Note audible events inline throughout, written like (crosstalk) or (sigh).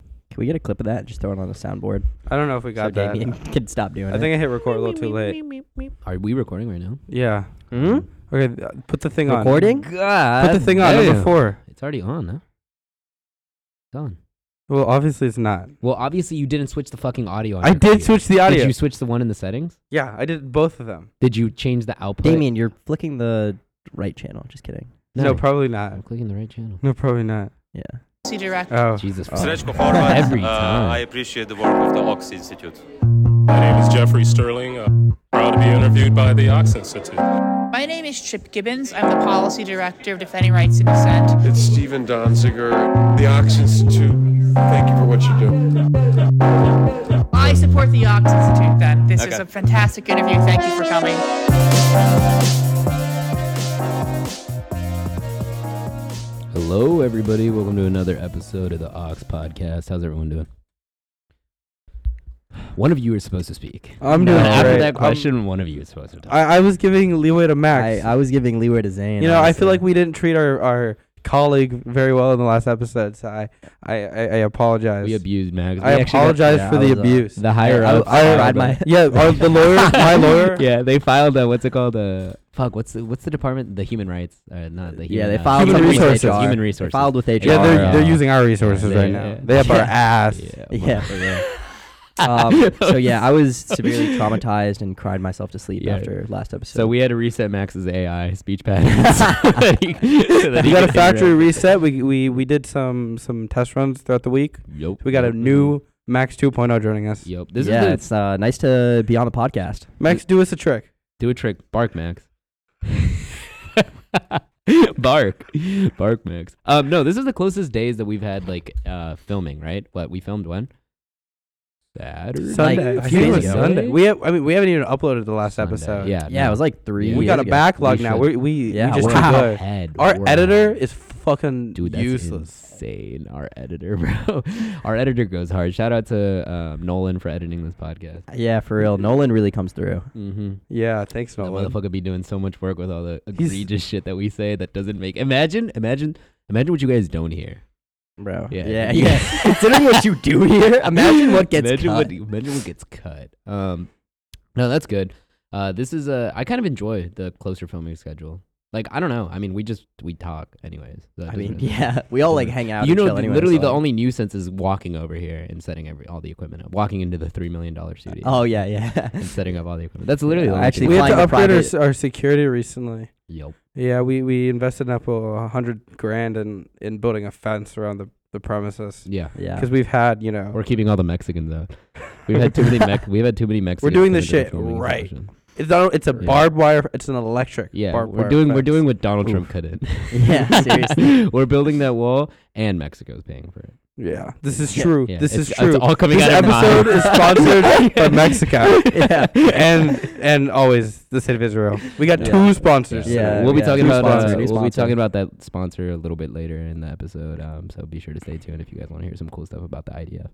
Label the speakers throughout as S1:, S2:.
S1: Can we get a clip of that? Just throw it on the soundboard.
S2: I don't know if we got
S1: so
S2: that.
S1: Damien (laughs) can stop doing
S2: I
S1: it.
S2: think I hit record a little too late.
S3: Are we recording right now?
S2: Yeah.
S1: Hmm?
S2: Okay, th- put the thing
S1: Recording?
S2: on.
S3: God.
S2: Put the thing on number four.
S3: It's already on, huh? It's on.
S2: Well, obviously it's not.
S3: Well, obviously you didn't switch the fucking audio. On
S2: I
S3: your
S2: did
S3: computer.
S2: switch the audio.
S3: Did you switch the one in the settings?
S2: yeah, I did both of them.
S3: Did you change the output?
S1: Damien, you're flicking the right channel. Just kidding.
S2: No, probably not.
S3: I'm clicking the right channel.
S2: No, probably not.
S1: Yeah.
S4: See direct.
S2: Oh.
S3: Jesus.
S1: Oh.
S3: fuck.
S5: Srečko Horvat.
S3: (laughs) Every
S5: uh,
S3: time.
S5: I appreciate the work of the Ox Institute.
S6: My name is Jeffrey Sterling. Uh, proud to be interviewed by the Ox Institute.
S4: My name is Chip Gibbons. I'm the policy director of Defending Rights and Dissent.
S7: It's Stephen Donziger, the Ox Institute. Thank you for what you do.
S4: I support the Ox Institute then. This is
S5: Okay.
S4: a fantastic interview. Thank you for coming.
S3: Hello, everybody. Welcome to another episode of the Ox Podcast. How's everyone doing? One of you is supposed to speak.
S2: I'm
S3: But
S2: doing
S3: after
S2: great.
S3: that
S2: I'm-
S3: question, one of you is supposed to talk.
S2: I, I was giving leeway to
S1: I,
S2: Max.
S1: I was giving leeway to Zane.
S2: you know, I feel
S1: honestly.
S2: like we didn't treat our, our colleague very well in the last episode, so I, I, I, I apologize.
S3: we abused Mags.
S2: I
S3: We actually got
S2: apologize
S1: yeah,
S2: for
S1: I
S2: the
S1: was, uh,
S2: abuse.
S3: The higher
S1: I-
S3: ups.
S1: I
S3: filed
S1: tried
S3: a-
S1: my-
S2: yeah, uh, the lawyer,
S3: (laughs)
S2: my lawyer.
S3: yeah, they filed a what's it called? Uh, fuck, what's the, what's the department? The human rights, uh, not the human,
S1: Yeah, they
S3: uh,
S1: filed
S2: Human
S1: something with
S2: resources.
S1: HR.
S3: Human
S1: They
S3: resources.
S1: filed with HR.
S2: Yeah, they're,
S3: are,
S2: they're (laughs)
S3: uh,
S2: using our resources
S3: they-
S2: right now.
S3: (laughs) yeah.
S2: They up our
S1: Yeah.
S2: ass.
S1: Yeah.
S3: motherfucker, (laughs) yeah.
S2: (laughs)
S1: um, so yeah,
S3: (laughs)
S1: I was severely traumatized and cried myself to sleep
S3: Yeah.
S1: after last episode.
S3: So we had to reset Max's AI speech patterns. (laughs) so that he- so that
S2: We
S3: he
S2: got
S3: could (laughs)
S2: a factory
S3: interact.
S2: reset. We, we we did some some test runs throughout the week.
S3: Yup.
S2: We got a new Max 2.0 joining us.
S3: Yup. This
S1: yeah,
S3: is the,
S1: it's uh, nice to be on the podcast.
S2: Max, do us a trick.
S3: do a trick. Bark, Max. (laughs) bark, bark, Max. Um, no, this is the closest days that we've had like uh filming. Right? What we filmed when? Saturday.
S2: Sunday.
S1: Like,
S2: I
S1: a few
S2: think it
S1: days
S2: was
S1: ago.
S2: Sunday. We have, I mean, we haven't even uploaded the last
S3: Sunday.
S2: episode.
S3: Yeah.
S1: Yeah,
S3: no.
S1: it was like three.
S2: We
S3: Yeah,
S1: years
S2: got a
S1: ago.
S2: backlog
S3: We
S2: now.
S3: should-
S2: We we,
S1: Yeah,
S2: we just
S1: we're
S2: can't do it.
S3: Head,
S2: Our
S3: we're
S2: editor
S3: ahead.
S2: is fucking
S3: Dude, that's
S2: useless.
S3: insane. Our editor, (laughs) bro. Our editor goes hard. Shout out to um, Nolan for editing this podcast.
S1: Yeah, for real. Nolan really comes through.
S3: Mm-hmm.
S2: Yeah, thanks,
S3: That
S2: Nolan.
S3: motherfucker be doing so much work with all the
S2: He's-
S3: egregious shit that we say that doesn't make. Imagine, imagine, imagine what you guys don't hear.
S1: bro.
S2: (laughs)
S3: Yeah.
S1: yeah, yeah. (laughs) Considering what you do here, imagine
S3: (laughs)
S1: what gets
S3: imagine
S1: cut.
S3: What, imagine what gets cut. Um, no, that's good. Uh, this is uh, I kind of enjoy the closer filming schedule. Like I don't know. I mean, we just we talk anyways. so that
S1: I
S3: doesn't
S1: mean,
S3: really- (laughs)
S1: yeah, we all like hang out.
S3: You
S1: and
S3: know,
S1: chill
S3: th-
S1: anyway,
S3: literally
S1: so,
S3: the
S1: like-
S3: only nuisance is walking over here and setting every all the equipment up. Walking into the three million dollar studio.
S1: Oh yeah,
S3: (laughs)
S1: yeah.
S3: and setting up all the equipment. That's
S1: (laughs)
S3: literally
S1: Yeah,
S3: the only
S1: actually
S3: thing.
S2: we had to
S1: flying a
S2: upgrade our,
S1: private-
S2: s- our security recently.
S3: Yup.
S2: Yeah, we, we invested up a hundred grand in, in building a fence around the, the premises
S3: Yeah.
S1: yeah.
S2: because we've had you know
S3: We're keeping all the Mexicans out. We've had too many Mex. We've had
S1: (laughs)
S3: too many Mexicans.
S2: doing
S3: come
S2: this
S3: into the
S2: shit
S3: filming
S2: right.
S3: establishment.
S2: It's not, it's a
S3: Yeah.
S2: barbed wire. It's an electric.
S3: Yeah,
S2: barbed
S3: we're
S2: wire
S3: doing we're
S2: fence.
S3: doing what Donald Trump couldn't.
S1: (laughs)
S3: (laughs)
S1: Yeah, seriously.
S3: we're building that wall, and Mexico's paying for it.
S2: Yeah, this is
S1: Yeah.
S2: true.
S3: Yeah,
S2: this
S3: it's-
S2: is true.
S3: It's all coming
S2: this
S3: out of nine.
S2: episode is
S3: (laughs)
S2: sponsored by Mexico
S1: (laughs) yeah.
S2: and and always the state of Israel. We got
S1: Yeah.
S2: two sponsors.
S1: Yeah,
S3: we'll be
S1: yeah.
S3: talking
S1: New
S3: about uh,
S1: sponsor, new
S3: we'll be
S1: sponsor.
S3: talking about that sponsor a little bit later in the episode. Um, so be sure to stay tuned if you guys want to hear some cool stuff about the IDF.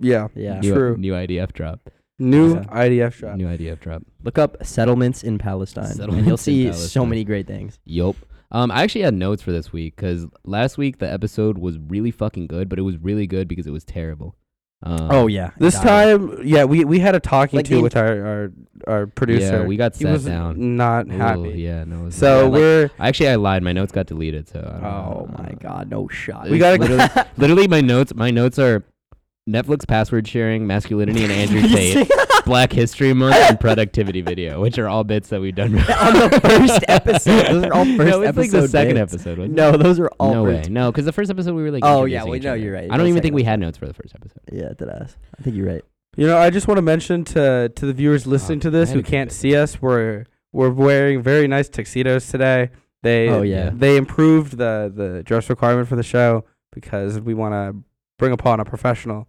S2: yeah,
S1: Yeah.
S3: New,
S2: True.
S3: New IDF drop.
S2: New
S1: Yeah.
S2: IDF shot.
S3: New IDF drop.
S1: Look up settlements in Palestine, and
S3: Settlements
S1: you'll
S3: in
S1: see so
S3: Palestine.
S1: many great things.
S3: Yup. Um, I actually had notes for this week because last week the episode was really fucking good, but it was really good because it was terrible. Um,
S1: Oh yeah.
S2: This
S1: entirely.
S2: time, yeah, we we had a talking
S1: Like
S2: to
S1: the-
S2: with our our our producer.
S3: yeah, we got
S2: he
S3: sat
S2: was
S3: down.
S2: not
S3: Ooh,
S2: happy.
S3: yeah, no. it was
S2: So
S3: bad. Like,
S2: we're
S3: actually, I lied. My notes got deleted. So I
S1: Oh
S3: don't know. I
S1: my
S3: don't know.
S1: God, no shot.
S3: Uh,
S1: (laughs)
S3: We (laughs)
S2: gotta-
S3: literally, literally my notes. My notes are Netflix password sharing, masculinity, and
S1: (laughs)
S3: Andrew Tate, Black History Month, and productivity video, which are all bits that we've done
S1: (laughs) on the first
S3: (laughs)
S1: episode. Those are all first
S3: no, it's like the
S1: episode
S3: second
S1: bits.
S3: episode.
S1: (laughs)
S3: wasn't
S1: No, those are
S3: it?
S1: all
S3: no way.
S1: first-
S3: No, because the first episode we were like.
S1: Oh, yeah,
S3: introducing
S1: wait,
S3: each
S1: no,
S3: other.
S1: you're right.
S3: I don't
S1: The
S3: even think
S1: second
S3: we had notes for the first episode.
S1: Yeah, did ass. I think you're right.
S2: you know I just want to mention to to the viewers listening
S3: Oh,
S2: to this
S3: I
S2: who
S3: had a
S2: can't
S3: good bit.
S2: see us we're we're wearing very nice tuxedos today. They
S1: Oh, yeah.
S2: they improved the the dress requirement for the show because we want to bring upon a professional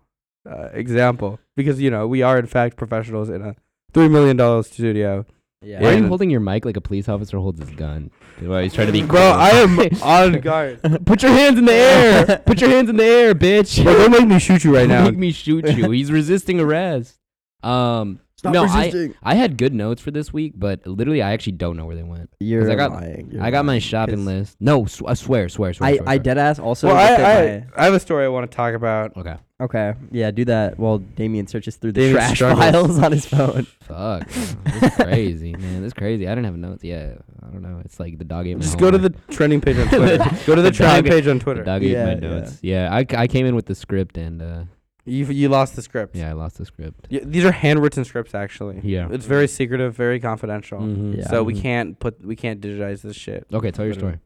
S2: uh, example because you know we are in fact professionals in a three million dollar
S3: (laughs)
S2: studio.
S1: Yeah. (laughs)
S3: Why are you
S2: And-
S3: holding your mic like a police officer holds his gun? Well, he's trying to be.
S2: Bro,
S3: cool. (laughs)
S2: I am
S1: (laughs)
S2: on guard.
S3: Put your hands in the air. Put your hands in the air,
S1: (laughs)
S3: bitch.
S2: Bro, don't make me shoot you right now. (laughs)
S3: Don't Make me shoot you. He's resisting arrest. Um.
S2: Stop
S3: No, I-
S2: resisting.
S3: I had good notes for this week, but literally, I actually don't know where they went.
S1: You're
S3: I got-
S1: lying. You're
S3: I got my
S1: lying,
S3: shopping
S1: 'cause
S3: list. No, sw- I swear, swear, swear.
S1: I,
S3: swear,
S1: I
S3: swear.
S1: dead ass also.
S2: well,
S1: looked at
S2: I,
S1: my-
S2: I, I have a story I want to talk about.
S3: Okay.
S1: Okay. Yeah, do that while Damien searches through the
S2: Damien
S1: trash
S2: struggles.
S1: files on his
S2: (laughs)
S1: phone.
S3: Fuck. (laughs) man. This is crazy, man. This is crazy. I didn't have notes yet. I don't know. It's like the dog ate my
S2: Just go to the
S3: homework.
S2: trending page on
S3: (laughs)
S2: Twitter. go to the,
S3: The
S2: trending
S3: dog-
S2: page on
S3: The
S2: Twitter.
S3: dog ate my
S1: Yeah, yeah.
S3: notes. Yeah, I, I came in with the script and uh,
S2: You you lost the script.
S3: yeah, I lost the script.
S2: Y- these are handwritten scripts, actually.
S3: Yeah.
S2: It's very secretive, very confidential.
S3: Mhm.
S1: Mm. Yeah.
S2: So we
S3: Mhm.
S2: can't put we can't digitize this shit.
S3: Okay, tell your story.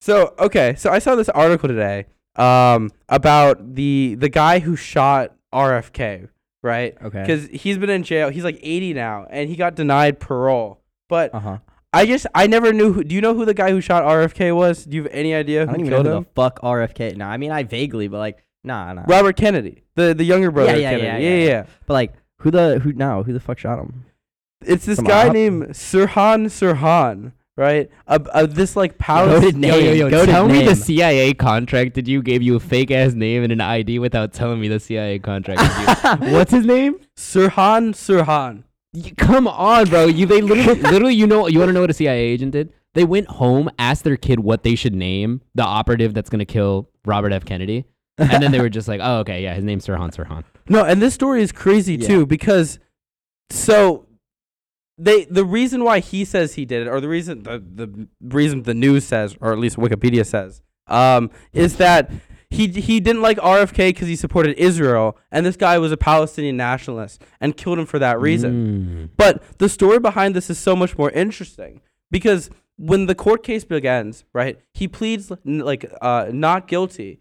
S2: So okay, so I saw this article today um, about the the guy who shot RFK, right?
S1: Okay.
S2: Because he's been in jail. He's like 80 now, and he got denied parole. But
S1: Uh huh.
S2: I just I never knew. Who, do you know who the guy who shot RFK was? Do you have any idea
S1: I
S2: who
S1: don't even know
S2: killed
S1: who
S2: him?
S1: the fuck RFK. No, I mean I vaguely, but like nah, nah.
S2: Robert Kennedy, the the younger brother.
S1: yeah,
S2: of Kennedy.
S1: yeah,
S2: yeah,
S1: yeah.
S2: yeah.
S1: But like who the who no who the fuck shot him?
S2: It's this
S1: Come
S2: guy
S1: on.
S2: named Sirhan Sirhan, right? A, a this like power.
S1: Goated name.
S3: Yo, yo, yo,
S1: Goated
S3: tell me
S1: name.
S3: the CIA contract that you gave you a fake ass name and an ID without telling me the CIA contract. (laughs) that you- What's his name?
S2: Sirhan Sirhan.
S3: Y- Come on, bro. You they literally, (laughs) literally, you know, you want to know what a CIA agent did? They went home, asked their kid what they should name the operative that's gonna kill Robert F. Kennedy, and
S2: (laughs)
S3: then they were just like, "Oh, okay, yeah, his name's Sirhan Sirhan."
S2: No, and this story is crazy
S1: Yeah.
S2: too because so they the reason why he says he did it, or the reason the the reason the news says, or at least Wikipedia says, um, is that he he didn't like RFK because he supported Israel, and this guy was a Palestinian nationalist and killed him for that reason.
S3: Mm.
S2: But the story behind this is so much more interesting because when the court case begins, right, he pleads n- like uh, not guilty,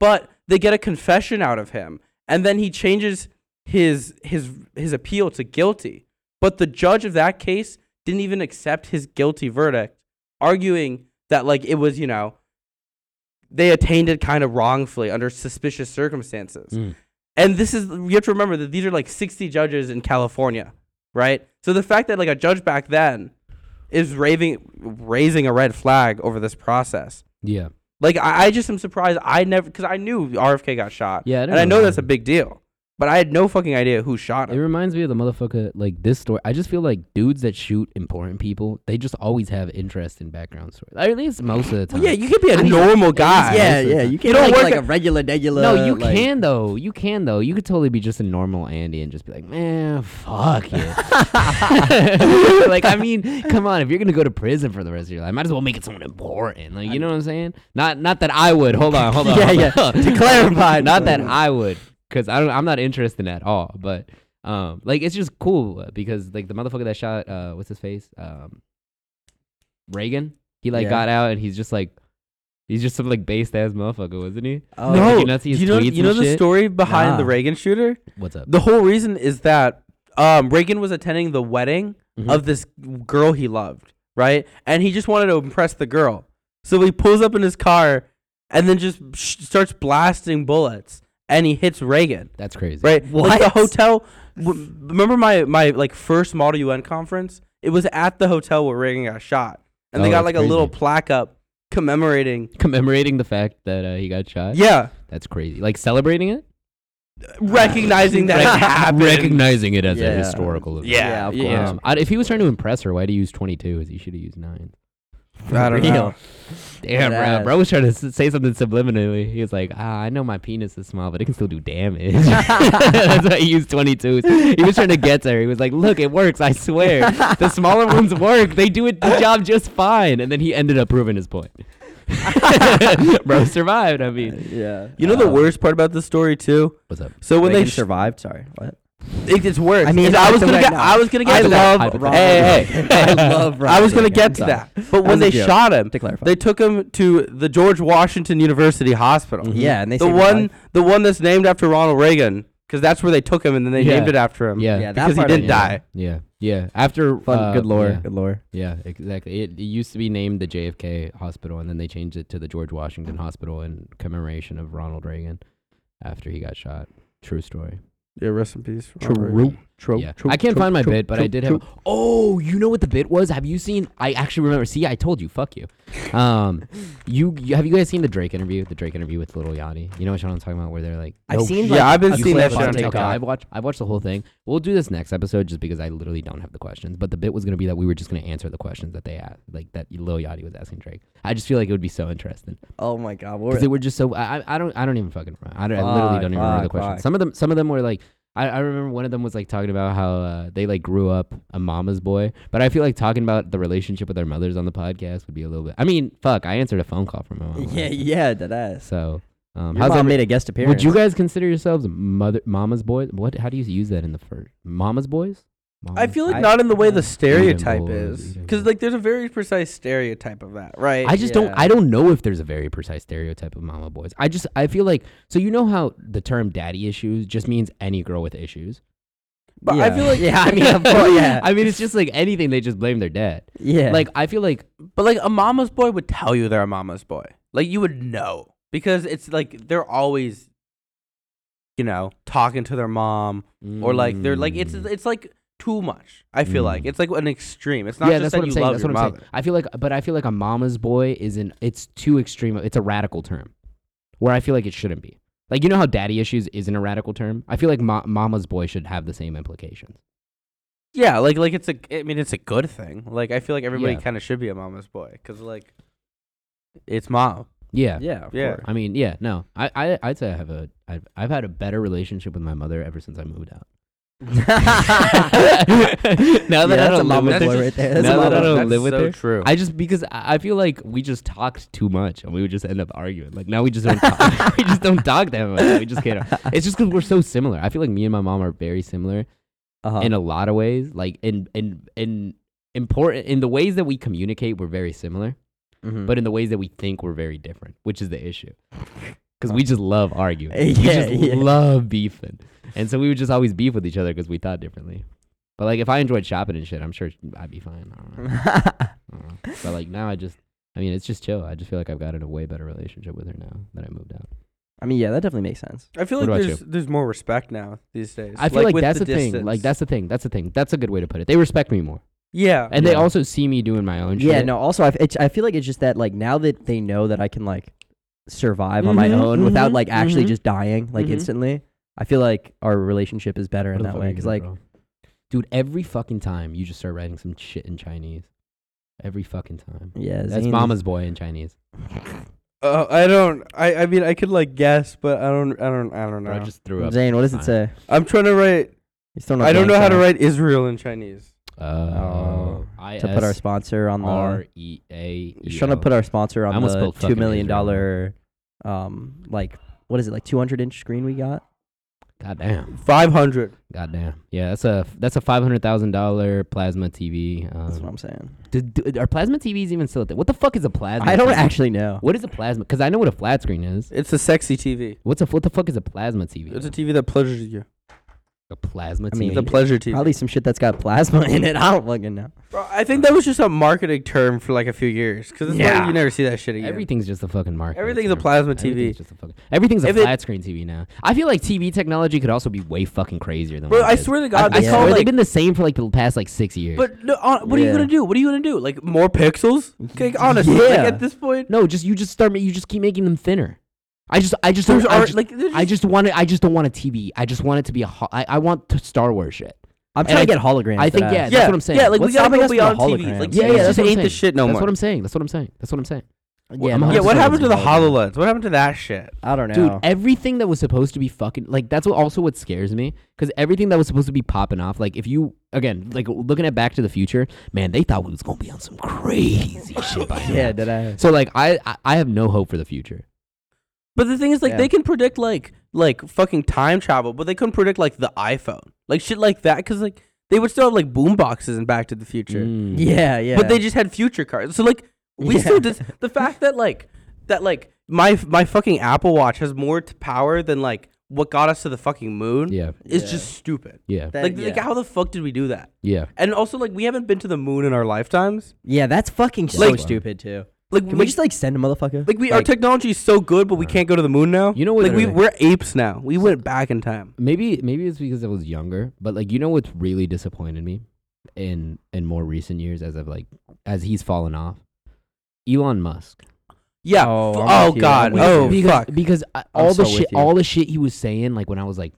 S2: but they get a confession out of him, and then he changes his his his appeal to guilty. But the judge of that case didn't even accept his guilty verdict, arguing that like it was you know they attained it kind of wrongfully under suspicious circumstances.
S3: Mm.
S2: And this is you have to remember that these are like 60 judges in California, right? So the fact that like a judge back then is raving raising a red flag over this process.
S3: Yeah,
S2: Like I, I just am surprised I never because I knew RFK got shot.
S3: Yeah, I
S2: and
S3: didn't
S2: I know
S3: know
S2: that's a
S3: that.
S2: big deal, but I had no fucking idea who shot
S3: it
S2: him.
S3: reminds me of the motherfucker like this story. I just feel like dudes that shoot important people, they just always have interest in background stories. At least most of the time.
S2: Well, yeah, you could be a
S3: I mean,
S2: normal guy.
S1: Yeah, yeah. You
S2: You
S1: can't
S2: don't
S1: make
S2: work
S1: like
S2: at-
S1: a regular, regular.
S3: No, you
S1: like-
S3: can though. You can though. You could totally be just a normal Andy and just be like, man, fuck
S1: (laughs)
S3: it. like, I mean, come on. If you're gonna go to prison for the rest of your life, might as well make it someone important. Like, you know what I'm saying? Not, not that I would. Hold on, hold on.
S1: Yeah,
S3: hold
S1: yeah.
S3: on.
S1: To clarify,
S3: (laughs) not that
S1: no, no.
S3: I would, because I don't. I'm not interested at all. But, um, like, it's just cool uh, because like the motherfucker that shot, uh, what's his face, um, Reagan. He like
S1: Yeah.
S3: got out and he's just like. He's just some like based ass motherfucker, wasn't he?
S1: Oh,
S3: Did
S2: no,
S3: you not see his
S2: you know,
S3: tweets
S2: you know
S3: and
S2: the
S3: shit?
S2: story behind the
S1: Nah.
S2: Reagan shooter.
S3: What's up?
S2: The whole reason is that um, Reagan was attending the wedding
S3: Mhm.
S2: of this girl he loved, right? And he just wanted to impress the girl. So he pulls up in his car and then just sh- starts blasting bullets and he hits Reagan,
S3: That's crazy.
S2: right? Like the
S1: What?
S2: hotel. W- remember my, my like first Model UN conference? It was at the hotel where Reagan got shot. And they
S3: Oh,
S2: got like
S3: that's
S2: a little
S3: crazy.
S2: plaque up commemorating.
S3: (laughs) Commemorating the fact that uh, he got shot.
S2: Yeah.
S3: That's crazy. Like celebrating it?
S2: Recognizing that it
S3: Rec-
S2: happened.
S3: Recognizing it as a
S1: Yeah.
S3: historical event.
S2: Yeah,
S1: Yeah, of
S2: yeah.
S1: course.
S3: Um, I- if he was trying to impress her, why'd he use 22 as he should have used 9?
S2: I don't
S1: Real.
S2: know.
S3: Damn,
S1: Badass.
S3: bro. Bro was trying to s- say something subliminally. He was like, ah, I know my penis is small, but it can still do damage. (laughs) That's why he used 22s. He was trying to get to her. He was like, look, it works, I swear. The smaller ones work. They do it the job just fine. And then he ended up proving his point. (laughs) bro survived, I mean.
S1: Yeah.
S2: You know the
S3: Uh,
S2: worst part about this story too.
S3: What's up?
S2: So when
S1: Reagan
S2: they sh-
S1: survived. Sorry. What?
S2: It, it's worse.
S1: I mean,
S2: It's- I
S1: it's
S2: was
S1: the
S2: gonna
S1: right
S2: get.
S1: now.
S2: I was gonna get
S1: I
S2: to
S1: love
S2: that.
S1: Ronald
S2: Hey, hey,
S1: Reagan.
S2: hey.
S1: (laughs) I love
S2: I was
S1: Ronald
S2: gonna
S1: Reagan.
S2: get to
S1: Sorry.
S2: that. But
S1: That
S2: when
S1: was a
S2: they
S1: joke,
S2: shot him,
S1: to clarify.
S2: they took him to the George Washington University Hospital.
S1: Mm-hmm. Yeah, and they
S2: the
S1: saved his
S2: one,
S1: life.
S2: the one that's named after Ronald Reagan, because that's where they took him, and then they
S3: Yeah.
S2: named it after him.
S3: Yeah.
S1: Yeah, that
S2: because he
S1: part I
S2: did
S1: knew.
S2: die.
S3: Yeah, yeah. After
S1: Fun.
S3: uh,
S1: good lore.
S3: yeah,
S1: Good lore.
S3: Yeah, exactly. It, it used to be named the JFK Hospital, and then they changed it to the George Washington Hospital in commemoration of Ronald Reagan after he got shot. True story.
S2: Yeah, rest in peace.
S3: True.
S2: Trope,
S3: yeah.
S2: trope,
S3: I can't
S2: trope,
S3: find my
S2: trope,
S3: bit, but I
S2: trope,
S3: did have.
S2: trope.
S3: Oh, you know what the bit was? Have you seen? I actually remember. See, I told you. Fuck you.
S1: (laughs)
S3: Um, you, you have you guys seen the Drake interview? The Drake interview with Little Yachty. You know what I'm talking about? Where they're like,
S1: I've
S3: "No
S1: seen.
S2: yeah,
S1: like,
S2: I've been
S1: a
S2: seeing
S1: clip
S2: that shit on
S3: Okay,
S2: TikTok.
S3: I've watched I've watched the whole thing. We'll do this next episode just because I literally don't have the questions. But the bit was gonna be that we were just gonna answer the questions that they asked, like that Lil Yachty was asking Drake. I just feel like it would be so interesting
S1: Oh my god, what
S3: because
S1: were-
S3: they were just so. I, I- I don't I don't even fucking remember. I, don't, I literally
S1: Fuck,
S3: don't even remember the
S1: fuck,
S3: questions.
S1: fuck.
S3: Some of them some of them were like. I, I remember one of them was like talking about how uh, they like grew up a mama's boy, but I feel like talking about the relationship with their mothers on the podcast would be a little bit. I mean, fuck, I answered a phone call from my mom.
S1: (laughs) yeah, yeah, that ass.
S3: So, um,
S1: Your
S3: how's that
S1: mom made a guest appearance.
S3: would you guys consider yourselves mother mama's boys? What? How do you use that in the first mama's boys?
S2: I feel like
S1: I-
S2: not in the way
S1: yeah.
S2: the stereotype
S3: boys,
S2: is,
S3: eating
S2: because
S3: boys.
S2: like there's a very precise stereotype of that, right?
S3: I just don't.
S1: yeah.
S3: I don't know if there's a very precise stereotype of mama boys. I just. I feel like. So you know how the term daddy issues just means any girl with issues.
S2: But
S1: (laughs)
S2: I
S1: Yeah.
S2: feel like
S3: Yeah, I mean, (laughs) of course,
S1: Yeah.
S3: I mean, it's just like anything. They just blame their dad.
S1: Yeah,
S3: Like I feel like
S2: But like a mama's boy would tell you they're a mama's boy. Like you would know because it's like they're always, you know, talking to their mom or like they're like it's
S3: Mm.
S2: it's like too much. I feel like
S3: Mm.
S2: it's like an extreme. It's not just that you love your mother.
S3: I feel like, but I feel like a mama's boy is an. It's too extreme. It's a radical term, where I feel like it shouldn't be. Like you know how daddy issues isn't a radical term. I feel like ma- mama's boy should have the same implications.
S2: Yeah, like like it's a. I mean, it's a good thing. Like I feel like everybody
S3: Yeah.
S2: kind of should be a mama's boy because like it's mom.
S3: Yeah.
S1: yeah, of
S2: yeah.
S1: course.
S3: I mean, yeah, no, I, I, I'd say I have a, I've, I've had a better relationship with my mother ever since I moved
S2: (laughs)
S3: out. now
S1: Yeah,
S3: that I
S1: that's a
S3: don't live
S1: mama
S3: with
S1: boy
S3: her,
S1: right there. That's a
S3: now that I
S1: mama
S3: don't
S1: boy.
S3: live with
S2: so
S3: her,
S2: True.
S3: I just because I I feel like we just talked too much and we would just end up arguing. Like now we just don't talk. (laughs) we just don't talk that much. We just can't.
S1: (laughs)
S3: It's just because we're so similar. I feel like me and my mom are very similar
S1: Uh-huh.
S3: in a lot of ways. Like in in in important in the ways that we communicate, we're very similar,
S1: Mhm.
S3: but in the ways that we think, we're very different, which is the issue. Because we just love arguing. we
S1: Yeah,
S3: just
S1: yeah.
S3: love beefing, and so we would just always beef with each other because we thought differently. But like if I enjoyed shopping and shit, I'm sure I'd be fine. I don't know. I don't know. But like now, I just, I mean, it's just chill. I just feel like I've gotten a way better relationship with her now that I moved out.
S1: (laughs) I mean, yeah, that definitely makes sense.
S2: I feel
S3: What
S2: like
S3: about
S2: there's there's more respect now these days.
S3: I feel like,
S2: with
S3: that's the, thing.
S2: distance.
S3: Like that's the thing. That's the thing. That's a good way to put it. They respect me more,
S2: yeah.
S3: and they
S1: Yeah.
S3: also see me doing my own.
S1: Yeah,
S3: shit.
S1: no. Also, I, f- it's, I feel like it's just that like now that they know that I can like survive on my
S3: Mhm,
S1: own without
S3: mhm,
S1: like actually
S3: mhm.
S1: just dying like
S3: Mhm.
S1: instantly, I feel like our relationship is better
S3: What
S1: in
S3: the
S1: that
S3: fuck
S1: way.
S3: are you
S1: Because like,
S3: doing, bro? dude, every fucking time you just start writing some shit in Chinese. Every fucking time.
S1: yeah,
S3: That's
S1: Zayn
S3: mama's boy in Chinese. (laughs)
S2: Uh, I don't. I I mean, I could like guess, but I don't. I don't. I don't
S3: Bro,
S2: know.
S3: I just threw up.
S1: Is, Zane, what does it
S3: Fine.
S1: say?
S2: I'm trying to write.
S1: He's throwing up
S2: I don't
S1: gang
S2: know how to
S1: signs.
S2: write Israel in Chinese.
S3: Oh.
S1: To put our sponsor on
S3: R
S1: the,
S3: E A.
S1: trying to put our sponsor
S3: I
S1: on
S3: almost
S1: the
S3: spelled
S1: two
S3: fucking
S1: million
S3: Israel.
S1: dollar, um, like what is it like two hundred inch screen we got?
S3: Goddamn.
S2: Five hundred.
S3: Goddamn. Yeah, that's a that's a five hundred thousand dollar plasma TV.
S1: That's
S3: Um,
S1: what I'm saying.
S3: Do, do, are plasma TVs even still a thing? What the fuck is a plasma?
S1: I don't
S3: TV?
S1: actually know.
S3: What is a plasma? Because I know what a flat screen is.
S2: It's a sexy TV.
S3: What's a what the fuck is a plasma TV?
S2: It's a
S3: though?
S2: TV that pleasures you.
S3: a plasma
S1: I
S3: TV.
S1: mean,
S2: It's a pleasure TV.
S1: Probably some shit that's got plasma (laughs) in it. I don't fucking know.
S2: Bro, I think that was just a marketing term for like a few years because it's
S1: Yeah.
S2: like you never see that shit again.
S3: Everything's just a fucking market.
S2: Everything's a plasma TV.
S3: Everything's, just a, fucking, everything's a
S2: If it-
S3: flat screen TV now. I feel like TV technology could also be way fucking crazier than.
S2: Bro,
S3: what it
S2: I
S3: is.
S2: swear to God,
S3: I, I
S1: yeah.
S3: swear
S2: saw
S3: they've
S2: like.
S3: been the same for like the past like six years.
S2: But no, hon- what are you
S1: Yeah.
S2: gonna do? What are you gonna do? Like more pixels? Like honestly, like
S1: Yeah.
S2: at this point,
S3: Mm-hmm. no, just you just start. ma- You just keep making them thinner. I just, I just,
S2: there's
S3: don't, I
S2: art
S3: just,
S2: like there's
S3: I just want it. I just don't want a TV. I just want it to be a. ho- I, I want t- Star Wars shit.
S1: I'm
S3: And
S1: trying
S3: I-
S1: to get holograms.
S3: I think
S1: that
S3: yeah,
S2: yeah,
S3: that's what I'm saying.
S2: Yeah, like
S1: What's
S2: we gotta
S1: stopping
S2: go
S1: us from the
S2: beyond TV. Like
S1: holograms?
S3: Yeah,
S2: TVs
S3: yeah, that's
S2: just
S3: what I'm
S2: ain't the
S3: saying.
S2: shit no
S3: that's
S2: more.
S3: what I'm saying. That's what I'm saying. That's what I'm saying.
S1: Yeah,
S3: I'm a
S1: no,
S3: hundred
S2: yeah,
S1: it's
S2: what
S3: percent
S1: not-
S2: happened to the
S3: it's all
S2: Hololens? What happened to that shit?
S1: I don't
S3: Dude,
S1: know.
S3: (laughs) everything that was supposed to be fucking like that's what also what scares me because everything that was supposed to be popping off like if you again like looking at Back to the Future man they thought we was gonna be on some
S1: (laughs)
S3: crazy shit by now.
S1: yeah, did I?
S3: So like I I- I have no hope for the future.
S2: But the thing is, like,
S1: Yeah.
S2: they can predict like like fucking time travel, but they couldn't predict like the iPhone, like shit like that, because like they would still have like boom boxes in Back to the Future,
S3: Mm.
S1: (laughs) Yeah, yeah.
S2: but they just had future cards. So like
S1: (laughs)
S2: we
S1: Yeah.
S2: still did the fact that like that like my my fucking Apple Watch has more t- power than like what got us to the fucking moon.
S3: Yeah.
S2: is
S1: Yeah.
S2: just stupid.
S3: Yeah.
S1: That-
S2: like,
S1: yeah.
S2: like how the fuck did we do that?
S3: Yeah.
S2: And also like we haven't been to the moon in our lifetimes.
S1: yeah, that's fucking so
S3: Like-
S1: stupid too.
S2: Like
S1: Can
S2: like,
S1: we just like Uh-huh. send a motherfucker?
S2: like we our technology is so good, but we can't go to the moon now.
S3: You know what
S2: like we
S3: literally-
S2: we're apes now. We went back in time.
S3: maybe maybe it's because I was younger, but like you know what's really disappointed me in in more recent years as I've like as he's fallen off. Elon Musk.
S2: Yeah.
S1: Oh,
S2: f-
S1: I'm
S2: Oh,
S1: with you.
S2: God.
S1: I'm with
S2: Oh
S3: because,
S2: fuck.
S3: Because I, all the
S1: so with
S3: shit
S1: you.
S3: all the shit he was saying like when I was like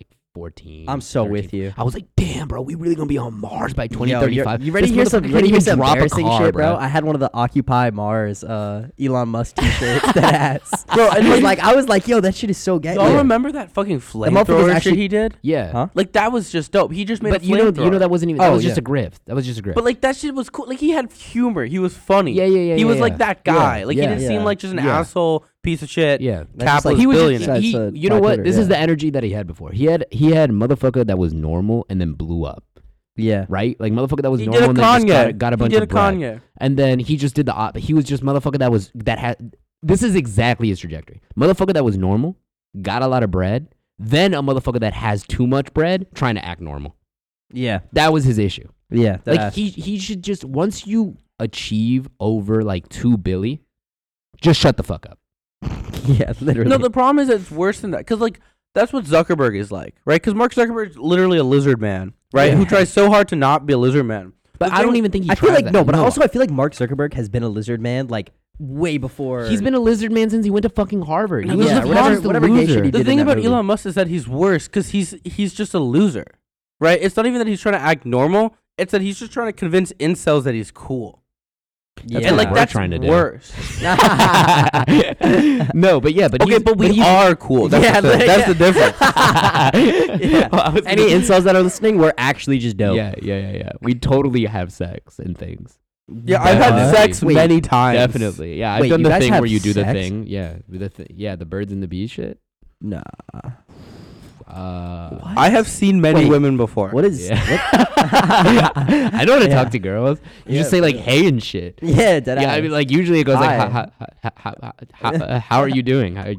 S3: like 14.
S1: I'm so
S3: 13,
S1: with you.
S3: I was like, "Damn, bro, we really going to be on Mars by
S1: Yo, you're-
S3: 2035."
S1: you ready to hear some? You ready to hear some embarrassing shit, bro?
S3: I,
S1: I had one of the Occupy Mars uh, Elon Musk T-shirts. that ass,
S2: Bro, and
S1: I was
S2: then-
S1: like, I was like, yo, that shit is so gay.
S2: Y'all
S1: Yeah.
S2: remember that fucking
S1: motherfucker's
S2: flamethrower shit
S1: actually-
S2: he did?
S3: yeah.
S1: Huh?
S2: Like that was just dope. He just made
S3: But
S2: a
S3: you know you know
S2: flamethrower.
S3: that wasn't even that
S1: Oh,
S3: was just
S1: yeah.
S3: a grift. That was just a grift.
S2: But like that shit was cool. Like he had humor. He was funny.
S3: Yeah, yeah, yeah,
S2: He
S3: yeah,
S2: was
S3: yeah.
S2: like that guy.
S3: Yeah,
S2: like
S3: yeah,
S2: he didn't seem
S1: yeah.
S2: like just an
S3: Yeah.
S2: asshole piece of shit.
S3: yeah.
S1: That's just
S2: capitalist
S1: like- he was
S3: just-
S2: billionaire.
S1: That's
S3: he-
S1: a-
S3: you know
S1: my
S3: what?
S1: Twitter,
S3: this is
S1: yeah.
S3: the energy that he had before. He had he had motherfucker that was normal and then blew up,
S1: Yeah.
S3: right? Like motherfucker that was
S2: He did a
S3: normal and then just got,
S2: Kanye.
S3: got a
S2: He
S3: bunch
S2: did
S3: of
S2: a
S3: bread.
S2: Kanye.
S3: And then he just did the op. He was just motherfucker that was that had. This is exactly his trajectory. Motherfucker that was normal, got a lot of bread. Then a motherfucker that has too much bread, trying to act normal.
S1: Yeah.
S3: That was his issue.
S1: Yeah. That
S3: like
S1: ass.
S3: he he should just once you achieve over like two billy, just shut the fuck up.
S1: (laughs) yeah. Literally.
S2: No, the problem is it's worse than that because like that's what Zuckerberg is like, right? Because Mark Zuckerberg is literally a lizard man, right? Who
S3: Yeah.
S2: tries so hard to not be a lizard man.
S3: But
S2: The
S3: I
S2: thing
S3: don't
S2: is-
S3: even think he.
S1: I feel
S3: tries
S1: like
S3: that.
S1: no, but also I feel like Mark Zuckerberg has been a lizard man like way before.
S3: He's been a lizard man since he went to fucking Harvard.
S2: No,
S3: He was
S2: yeah,
S3: the
S2: whatever-
S3: constant
S1: whatever gay
S3: loser.
S1: shit he
S2: The
S1: did
S2: thing
S1: in that
S2: about
S1: movie.
S2: Elon Musk is that he's worse because he's he's just a loser, right? It's not even that he's trying to act normal. It's that he's just trying to convince incels that he's cool,
S1: Yeah.
S2: and like
S3: we're
S2: that's
S3: trying to do.
S2: worse.
S3: no, but yeah, but
S2: okay,
S3: he's-
S2: but we
S3: he's-
S2: are cool. That's
S1: Yeah,
S2: the thing.
S1: like-
S2: that's the difference. (laughs)
S3: Yeah. Well, (laughs) I was
S1: Any
S3: gonna-
S1: insults that are listening were actually just dope.
S3: Yeah, yeah, yeah, yeah. We totally have sex and things.
S2: Yeah, I've had
S3: Definitely.
S2: sex
S3: Wait,
S2: many times.
S3: Definitely. Yeah, I've
S1: Wait,
S3: done
S1: you
S3: the
S1: guys
S3: thing
S1: have
S3: where you do the
S1: sex?
S3: thing. Yeah, the th- yeah, the birds and the bees shit.
S1: Nah.
S3: Uh,
S2: I have seen many
S1: Wait,
S2: women before.
S1: What is?
S3: Yeah. (laughs) I don't want to
S1: Yeah.
S3: talk to girls. You just
S1: Yeah,
S3: say like, "Hey" and shit.
S1: (laughs) Yeah. That
S3: Yeah, I
S1: ass.
S3: mean, like usually it goes
S1: Hi.
S3: like, how, how, how, how, uh, how are you doing? How, uh,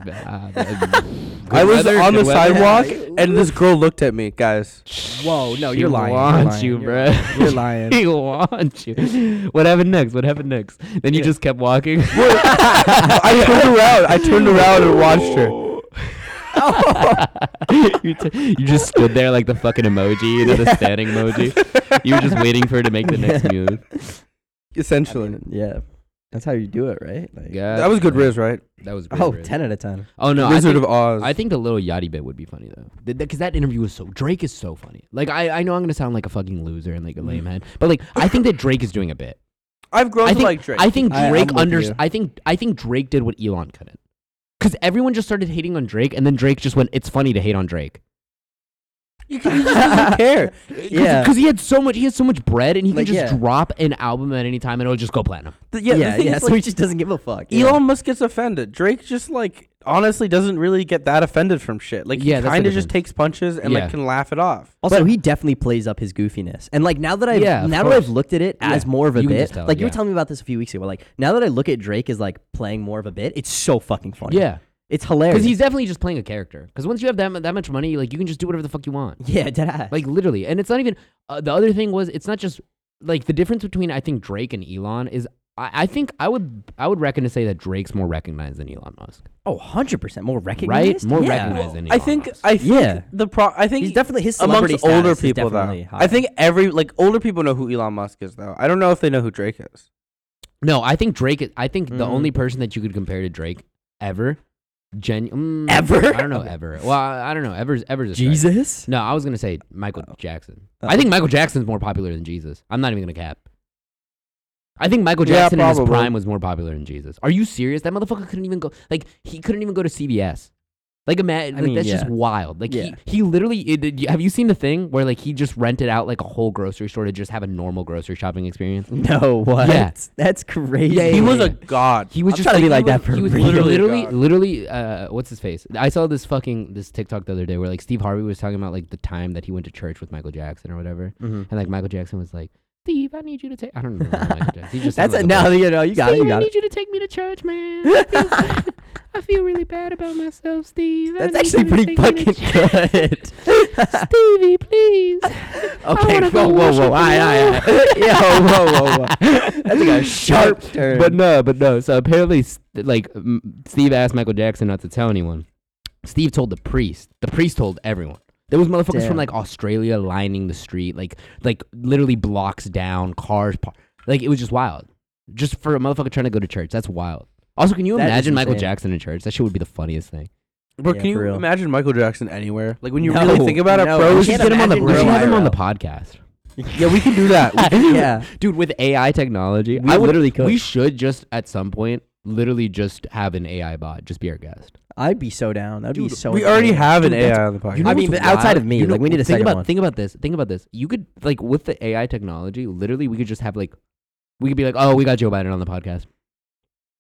S2: I
S3: uh, good
S2: was
S3: weather,
S2: on the
S3: good weather?
S2: sidewalk and this girl looked at me, guys.
S1: Whoa, no,
S3: She
S1: you're lying.
S3: wants you,
S1: you're lying. (laughs)
S3: bro. (laughs)
S1: You're lying.
S3: He wants you. What happened next? What happened next? Then you just kept walking. (laughs)
S2: I turned around. I turned around and watched her.
S3: (laughs) you, t- you just stood there like the fucking emoji, you know, the standing emoji. You were just waiting for her to make the
S2: (laughs)
S3: next move.
S2: Essentially.
S1: yeah. That's how you do it, right? Like,
S3: Yeah,
S2: that was good riz, right?
S3: That was
S1: Oh,
S3: good.
S1: 10 out of 10.
S3: Oh no, I
S2: Wizard
S3: think,
S2: of Oz.
S3: I think the little Yachty bit would be funny though, because that interview was so Drake is so funny. Like I, I know I'm gonna sound like a fucking loser and like a lame head, but like I think that Drake is doing a bit.
S2: I've grown
S3: I
S2: to
S3: think
S2: like Drake.
S3: I think
S1: I- I'm
S3: Drake
S1: with
S3: under
S1: you.
S3: I think I think Drake did what Elon couldn't, because everyone just started hating on Drake, and then Drake just went, "It's funny to hate on Drake."
S2: he
S1: (laughs)
S2: just doesn't care.
S3: (laughs)
S1: Yeah.
S3: because he had so much, he has so much bread, and he
S1: Like,
S3: can just
S1: yeah.
S3: drop an album at any time, and it'll just go platinum.
S2: Th- yeah,
S1: yeah,
S2: the thing
S1: yeah, (laughs)
S2: is,
S1: so he
S2: like,
S1: just doesn't give a fuck. yeah.
S2: Elon Musk gets offended. Drake just like honestly doesn't really get that offended from shit. Like
S3: Yeah,
S2: he
S3: that's the
S2: kind of just
S3: difference.
S2: takes punches and
S3: Yeah.
S2: like can laugh it off.
S1: Also, he definitely plays up his goofiness. And like now that I've
S3: Yeah, of
S1: now that I've
S3: course.
S1: looked at it as
S3: Yeah,
S1: more of a
S3: you can
S1: bit,
S3: just tell,
S1: like you were
S3: yeah.
S1: telling me about this a few weeks ago. Like now that I look at Drake as like playing more of a bit, it's so fucking funny.
S3: Yeah,
S1: it's hilarious.
S3: because he's definitely just playing a character. Because once you have that mu- that much money, like you can just do whatever the fuck you want.
S1: yeah, dead ass.
S3: Like literally, and it's not even. Uh, the other thing was, it's not just like the difference between I think Drake and Elon is. I, I think I would I would reckon to say that Drake's more recognized than Elon Musk,
S1: oh, 100 percent more recognized,
S3: right? More
S1: yeah.
S3: recognized than Elon.
S2: I think
S3: Musk.
S2: I think
S1: Yeah.
S2: the pro I think
S1: He's definitely his celebrity
S2: amongst older
S1: status is
S2: people though.
S1: definitely high.
S2: I think every like older people know who Elon Musk is though. I don't know if they know who Drake is.
S3: No, I think Drake. is- I think the
S1: Mm-hmm.
S2: Mhm.
S3: only person that you could compare to Drake ever, genu- mm,
S1: Ever?
S3: I don't know ever. Well, I I don't know. Ever's ever's a stretch.
S1: Jesus.
S3: No, I was gonna say Michael Jackson.
S1: Oh.
S3: I think Michael Jackson's more popular than Jesus. I'm not even gonna cap. I think Michael
S2: Yeah,
S3: Jackson in his
S2: probably.
S3: prime was more popular than Jesus. Are you serious? That motherfucker couldn't even go. Like he couldn't even go to CVS. Like imagine
S1: I
S3: like,
S1: mean,
S3: that's just
S1: yeah.
S3: wild. Like
S1: Yeah.
S3: he, he literally it- did you- have you seen the thing where like he just rented out like a whole grocery store to just have a normal grocery shopping experience?
S1: No, what?
S3: Yeah.
S1: That's crazy.
S3: Yeah,
S2: He
S3: yeah,
S2: was
S3: yeah.
S2: a god.
S3: He was
S1: I'm
S3: just
S1: trying to be like
S3: he
S1: that
S3: was-
S1: for
S3: he was
S1: real.
S3: literally,
S2: Literally,
S3: literally,
S2: God.
S3: literally, uh, what's his face? I saw this fucking this TikTok the other day where like Steve Harvey was talking about like the time that he went to church with Michael Jackson or whatever,
S1: Mhm.
S3: and like Michael Jackson was like, "Steve, I need you to take."
S1: (laughs)
S3: I don't know. Michael Jackson. He just
S1: That's
S3: sounded
S1: a,
S3: like a
S1: no,
S3: boy.
S1: you know, you got it, you
S3: Steve, I
S1: got
S3: need
S1: (laughs) it.
S3: you to take me to church, man. I feel really bad about myself, Steve. I
S1: That's
S3: need
S1: actually pretty
S3: you to take
S1: fucking
S3: me to
S1: (laughs) good.
S3: ch- Stevie,
S1: (laughs)
S3: please.
S1: okay,
S3: wanna
S1: whoa,
S3: go
S1: whoa,
S3: wash
S1: whoa,
S3: up
S1: aye,
S3: in
S1: aye, aye. Yo, (laughs)
S3: (laughs)
S1: whoa, whoa, whoa. That's like a
S2: (laughs)
S1: sharp turn.
S3: But no, but no. So apparently, s- like m- Steve asked Michael Jackson not to tell anyone. Steve told the priest. The priest told everyone. There was motherfuckers
S1: Damn.
S3: from like Australia lining the street, like like literally blocks down, cars, par- like it was just wild. Just for a motherfucker trying to go to church, that's wild. Also, can you
S1: That is
S3: imagine Michael
S1: insane.
S3: Jackson in church? That shit would be the funniest thing.
S2: Bro,
S1: Yeah,
S2: can you
S1: for real.
S2: imagine Michael Jackson anywhere? Like when you
S1: No,
S2: really think about
S1: no,
S2: it,
S1: you
S2: bro.
S3: We
S2: it's
S3: should
S1: can't
S2: just-
S3: get him on the.
S1: imagine
S3: We should
S1: real
S3: have him on the
S1: IRL.
S3: podcast.
S2: Yeah, we can do that.
S3: (laughs)
S2: We can-
S1: yeah.
S3: dude with ai technology
S1: We
S3: i would,
S1: literally could.
S3: we should just at some point literally just have an ai bot just be our guest
S1: I'd be so down. That'd be so
S2: we already
S1: down.
S2: have an
S3: Dude, that's-
S2: AI on the podcast.
S1: know I mean,
S3: what's
S1: but outside
S3: wild?
S1: of me, like, we need a
S3: think
S1: second
S3: about,
S1: one.
S3: think about this think about this you could like with the ai technology literally we could just have like we could be like oh we got joe biden on the podcast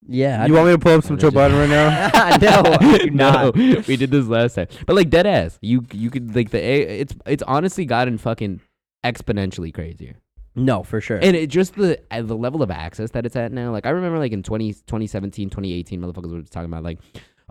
S1: Yeah. I'd
S2: you want me to pull up some
S3: I'd
S2: Joe
S3: just-
S2: Biden right
S3: (laughs)
S2: now?
S1: no, (laughs) I do
S3: no,
S1: not.
S3: we did this last time. But like dead ass, you you could like the A. It's it's honestly gotten fucking exponentially crazier.
S1: No, for sure.
S3: and it just the uh, the level of access that it's at now like i remember like in 20, 2017 2018 motherfuckers were talking about like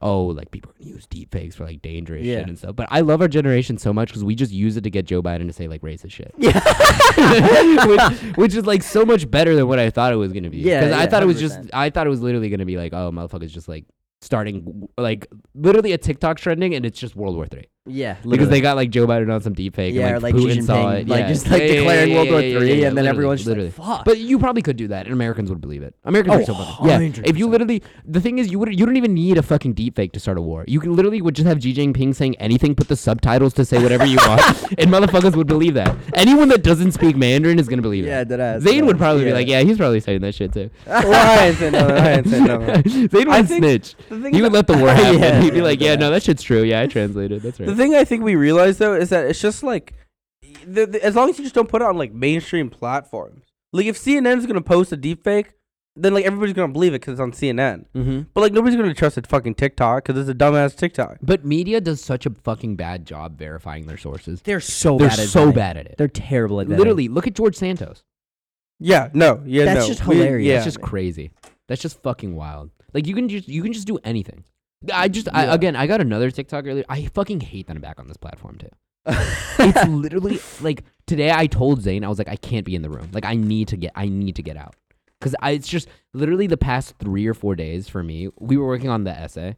S3: oh like people are gonna use deep fakes for like dangerous
S1: Yeah.
S3: shit and stuff but i love our generation so much because we just use it to get joe biden to say like racist shit
S1: Yeah.
S3: (laughs) which, which is like so much better than what i thought it was gonna be
S1: Yeah,
S3: i
S1: yeah,
S3: thought it was just
S1: 100%.
S3: i thought it was literally gonna be like oh motherfuckers just like starting w- like literally a tiktok trending and it's just world war three
S1: yeah.
S3: because
S1: Literally.
S3: they got like joe biden on some deep fake
S1: yeah, or
S3: and, like,
S1: like Xi
S3: Putin saw
S1: Jinping,
S3: it.
S1: like
S3: Yeah.
S1: just like
S3: Yeah, yeah,
S1: declaring
S3: yeah,
S1: World
S3: yeah,
S1: War
S3: yeah, yeah,
S1: Three,
S3: yeah,
S1: and then
S3: literally,
S1: everyone's just
S3: literally.
S1: like, fuck.
S3: But you probably could do that, and Americans would believe it. Americans
S1: Oh,
S3: are so funny. Yeah. If you
S1: 100%.
S3: literally, the thing is, you would you don't even need a fucking deepfake to start a war. You could literally would just have Xi Jinping saying anything, put the subtitles to say whatever you want, and motherfuckers would believe that. Anyone that doesn't speak Mandarin is gonna believe
S1: Yeah,
S3: it.
S1: deadass,
S3: Zayn would
S1: deadass,
S3: probably be
S1: yeah.
S3: (laughs) like, yeah, he's probably saying that shit too.
S2: well, I ain't saying nothing. I ain't saying nothing.
S3: (laughs) Zayn
S2: I
S3: would
S2: think-
S3: snitch.
S2: (laughs) the thing
S3: He would
S2: that-
S3: let
S2: (laughs)
S3: the war happen.
S1: Yeah,
S3: He'd be
S1: yeah,
S3: like, yeah,
S1: deadass.
S3: no, that shit's true. Yeah, I translated. That's right.
S2: The thing I think we realize though is that it's just like, the, the- as long as you just don't put it on like mainstream platforms. Like if CNN's gonna post a deepfake, then like everybody's gonna believe it because it's on CNN.
S1: Mm-hmm.
S2: But like nobody's gonna trust it fucking TikTok because it's a dumbass TikTok.
S3: But media does such a fucking bad job verifying their sources.
S1: They're so
S3: They're
S1: bad at
S3: so
S1: vetting.
S3: bad at it.
S1: They're terrible at vetting. (laughs)
S3: Literally, look at George Santos.
S2: Yeah, no, yeah,
S1: That's
S2: no.
S1: just
S2: We-
S1: hilarious.
S2: yeah.
S3: That's just crazy. That's just fucking wild. Like you can just you can just do anything. I just I,
S1: Yeah.
S3: again I got another TikTok earlier. I fucking hate that I'm back on this platform (laughs) too. it's literally like today I told Zane I was like I can't be in the room. Like I need to get I need to get out because I it's just literally the past three or four days for me. We were working on the essay.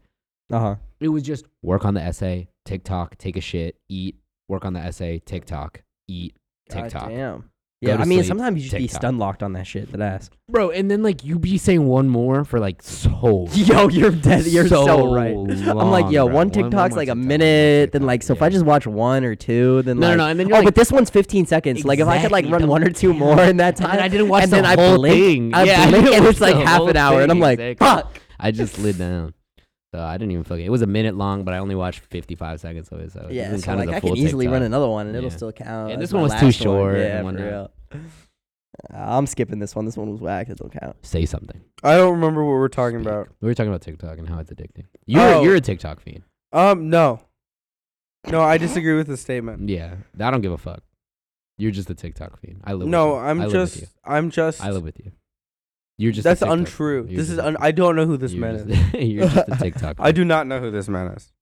S1: Uh (laughs) huh.
S3: It was just work on the essay, TikTok, take a shit, eat, work on the essay, TikTok, eat, TikTok.
S1: Damn.
S3: Go
S1: Yeah,
S3: to
S1: I mean,
S3: sleep,
S1: sometimes you just be
S3: TikTok.
S1: stun locked on that shit. That ass.
S3: Bro, and then like you be saying one more for like (laughs) so
S1: (laughs) Yo, you're dead. (laughs) You're so,
S3: So
S1: right. I'm like, yo,
S3: long, bro.
S1: one
S3: One- one
S1: TikTok's
S3: more
S1: like a
S3: TikTok, one
S1: minute. Then
S3: TikTok,
S1: like, so if
S3: yeah.
S1: I just watch one or two, then
S3: No, no,
S1: like,
S3: no, and then
S1: oh,
S3: you're like-
S1: but this one's 15 seconds. Like if I could like
S3: Exactly,
S1: run
S3: don't-
S1: one or two more in that time,
S3: and then I didn't watch
S1: and
S3: the
S1: then I
S3: whole
S1: blink,
S3: thing.
S1: I
S3: Yeah, (laughs) I
S1: blink,
S3: didn't
S1: and
S3: watch
S1: it's like
S3: the
S1: half
S3: whole
S1: an hour, and I'm
S3: thing,
S1: like,
S3: exactly.
S1: fuck.
S3: I just slid down. So I didn't even fucking. It was a minute long, but I only watched 55 seconds of it. So it
S1: Yeah,
S3: doesn't
S1: so
S3: count as
S1: like
S3: a
S1: I
S3: full
S1: can easily
S3: TikTok.
S1: run another one, and it'll
S3: Yeah.
S1: still count.
S3: Yeah,
S1: as
S3: this
S1: my
S3: one was too
S1: last
S3: short
S1: Yeah,
S3: and
S1: for real. Uh,
S3: whatnot.
S1: I'm skipping this one. This one was whack. That don't count.
S3: Say something.
S2: I don't remember what we're talking
S3: Speak.
S2: about.
S3: We were talking about TikTok and how it's addicting. You're
S2: Oh.
S3: you're a TikTok fiend.
S2: Um, no, no, I disagree with the statement.
S3: Yeah, I don't give a fuck. You're just a TikTok fiend. (laughs) I live.
S2: No,
S3: with you. I
S2: I'm
S3: live
S2: just,
S3: With you.
S2: I'm just.
S3: I live with you. You're just. a
S2: That's
S3: TikTok fiend.
S2: untrue. This
S3: You're just
S2: is.
S3: a-
S2: Un- I don't know who this
S3: you're
S2: man is.
S3: just- (laughs)
S1: (laughs)
S3: you're just a TikTok.
S2: I
S3: fiend.
S2: do not know who this man is.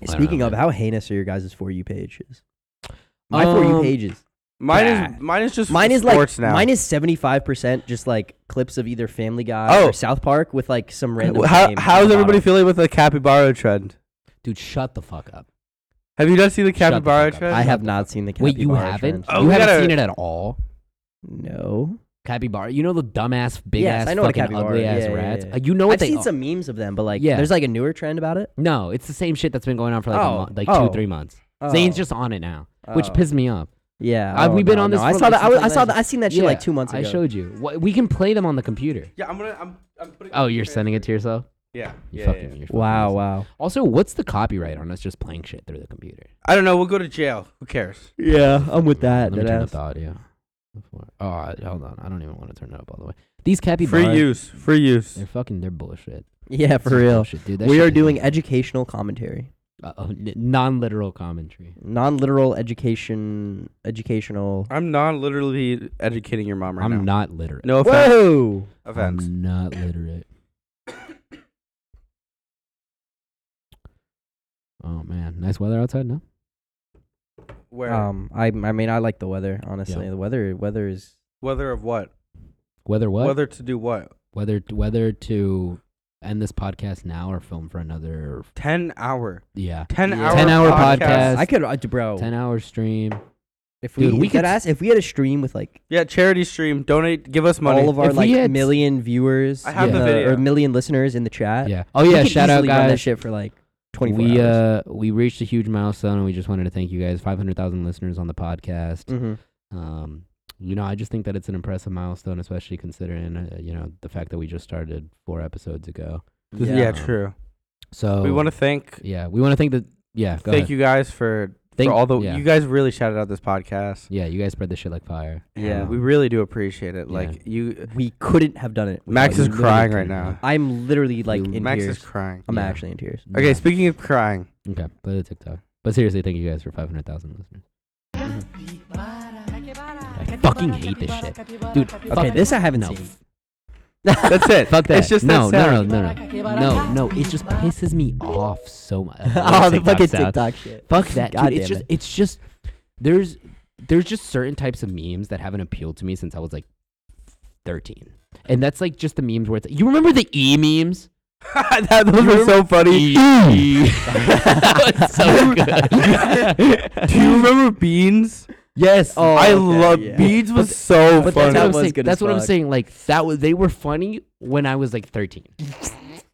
S3: I don't know,
S1: Speaking of,
S3: man.
S1: how heinous are your guys' for you pages? My for you
S3: Um,
S1: pages.
S2: Mine
S3: Bah.
S2: is. Mine is just.
S1: Mine is like
S2: sports now.
S1: mine is seventy five percent just like clips of either Family Guy
S2: Oh.
S1: or South Park with like some random.
S2: How,
S1: name on
S2: how's
S1: the
S2: everybody
S1: bottom.
S2: feeling with the capybara trend?
S3: Dude, shut the fuck up.
S2: Have you guys seen the
S3: Shut the
S2: capybara
S3: fuck up.
S2: trend?
S1: I have not seen the.
S3: Wait, you
S1: capybara
S3: haven't?
S1: trend.
S2: Oh,
S3: you
S2: we
S3: haven't
S2: gotta-
S3: seen it at all?
S1: No,
S3: Capybara. You know the dumbass, big
S1: Yes,
S3: ass,
S1: I know what a
S3: fucking
S1: capybara
S3: ugly
S1: is.
S3: ass
S1: Yeah, yeah,
S3: rats.
S1: yeah.
S3: Uh, you know what
S1: I've
S3: they
S1: seen
S3: are.
S1: some memes of them, but like,
S3: Yeah.
S1: there's like a newer trend about it.
S3: No, it's the same shit that's been going on for like a
S1: Oh,
S3: month, like
S1: oh.
S3: two, three months.
S1: Oh.
S3: Zane's just on it now, which
S1: Oh.
S3: pissed me off.
S1: Yeah,
S3: Uh,
S1: oh,
S3: we've been
S1: no,
S3: on this
S1: No. I
S3: for,
S1: saw
S3: like,
S1: that. I,
S3: since,
S1: was-
S3: like,
S1: I saw
S3: last
S1: that. I seen that shit
S3: Yeah,
S1: like two months ago.
S3: I showed you. What, we can play them on the computer.
S2: Yeah, I'm gonna. I'm. I'm putting.
S3: Oh, you're sending it to yourself?
S2: Yeah.
S3: You
S2: yeah,
S3: fucking,
S2: yeah, yeah.
S3: you're fucking
S1: Wow,
S3: awesome.
S1: wow.
S3: Also, what's the copyright on us just playing shit through the computer?
S2: I don't know. We'll go to jail. Who cares?
S1: Yeah, I'm with that.
S3: Let me turn up the audio. Before. Oh, I- hold on. I don't even want to turn it up all the way. These capybaras.
S2: Free use. Free use.
S3: They're fucking. They're bullshit.
S1: Yeah, for
S3: Some
S1: real.
S3: bullshit, dude. That
S1: We
S3: shit
S1: are
S3: is
S1: doing
S3: bullshit.
S1: educational commentary,
S3: Uh-oh, n- non-literal commentary.
S1: non literal education, educational.
S2: I'm not literally educating your mom right
S3: I'm
S2: now.
S3: not Um, literate.
S2: No offense.
S1: Whoa.
S2: offense.
S3: I'm not literate. (coughs) Oh man, nice weather outside. No,
S2: Where
S1: Um, I I mean I like the weather honestly. The weather weather is
S2: weather of what?
S3: weather what?
S2: Weather to do what?
S3: whether whether to end this podcast now or film for another.
S2: Ten hour,
S3: Yeah,
S2: ten
S3: Yeah.
S2: hour,
S3: 10 hour podcast.
S1: I could uh, bro.
S3: ten hour stream.
S1: if we,
S3: Dude, we
S1: we could
S3: could s-
S1: ask if we had a stream with like
S2: Yeah, charity stream. Donate. Give us money.
S1: all of our
S3: If we
S1: like
S3: had-
S1: million viewers
S2: I have
S1: in
S3: the
S2: video.
S1: or million listeners in the chat.
S3: Yeah. Oh yeah.
S1: we could
S3: Shout out
S1: easily run that
S3: guys.
S1: shit for like 24 hours.
S3: We uh we reached a huge milestone, and we just wanted to thank you guys. Five hundred thousand listeners on the podcast.
S1: Mhm.
S3: Um, you know, I just think that it's an impressive milestone, especially considering uh, you know the fact that we just started four episodes ago.
S2: yeah.
S3: Yeah.
S2: true.
S3: So
S2: We want to thank
S3: Yeah, we want to thank the. Yeah. Go
S2: thank
S3: ahead.
S2: you guys for
S3: Thank-
S2: for all the.
S3: yeah.
S2: You guys really shouted out this podcast.
S3: Yeah, you guys spread this shit like fire.
S2: Yeah,
S3: Um,
S2: we really do appreciate it.
S3: yeah.
S2: Like you,
S1: we couldn't have done it.
S2: Max
S1: without
S2: is
S1: you.
S2: crying right
S3: literally
S2: now.
S1: I'm literally like in
S2: Max
S1: tears.
S2: is crying.
S1: I'm
S3: Yeah.
S1: actually in tears.
S2: Okay,
S3: yeah.
S2: speaking of crying,
S3: Okay, play the TikTok. But seriously, thank you guys for 500,000 listeners. I fucking hate this shit. Dude,
S1: Okay, this I haven't
S3: no.
S1: seen. (laughs)
S2: that's it.
S3: Fuck that.
S2: It's just
S3: no,
S2: that
S3: no,
S2: sound.
S3: no, no, no, no, no. It just pisses me off
S2: (laughs)
S3: so much.
S1: oh, the fucking
S3: sound.
S1: TikTok shit.
S3: Fuck
S1: (laughs)
S3: that.
S1: God
S3: Dude, it's
S1: damn
S3: just,
S1: it.
S3: it's just, there's, there's just certain types of memes that haven't appealed to me since I was like 13. And that's like just the memes where it's, you remember the E memes? (laughs)
S2: that, those were so funny.
S3: E. that was (laughs) so (laughs)
S1: (laughs)
S3: good.
S2: Do you remember Beans?
S3: yes.
S1: Oh,
S2: I
S1: okay,
S2: love
S1: yeah.
S2: Beans
S3: But
S2: was
S3: th-
S2: so
S3: But
S2: funny.
S3: that's what I'm
S1: That was
S3: saying.
S1: good
S3: That's
S1: as
S3: what I'm
S1: fuck.
S3: saying. Like that was they were funny when I was like 13.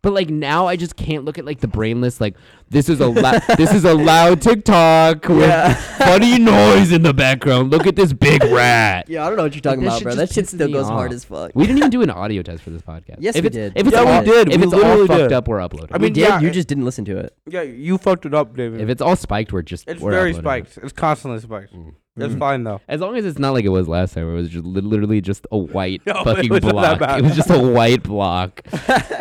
S3: But like now, I just can't look at like the brainless. Like this is a
S2: (laughs)
S3: lou- this is a loud TikTok (laughs) with
S1: Yeah.
S3: funny noise in the background. Look at this
S2: (laughs)
S3: big rat.
S1: Yeah, I don't know what you're talking
S3: That
S1: about,
S3: shit
S1: bro.
S3: just
S1: That shit
S3: pisses
S1: still
S3: me
S1: goes hard
S3: off.
S1: as fuck.
S3: We didn't even do an audio test for this podcast.
S1: Yes,
S3: if
S1: we
S3: it's,
S1: did.
S3: If it's
S2: Yeah, we
S3: all,
S2: did.
S3: If
S2: We
S3: it's all
S2: literally
S3: fucked
S2: did.
S3: up, we're uploading.
S2: I
S1: we
S2: mean,
S1: did.
S2: yeah,
S1: you
S2: it-
S1: just didn't listen to it.
S2: yeah, you fucked it up, David.
S3: if it's all spiked, we're just
S2: it's
S3: we're
S2: very
S3: uploading it.
S2: spiked. It's constantly spiked. It's fine though.
S3: As long as it's not like it was last time, where it was just li- literally just a white
S2: (laughs) No, it
S3: fucking
S2: wasn't that
S3: block.
S2: bad.
S3: It was just a
S2: (laughs)
S3: white block.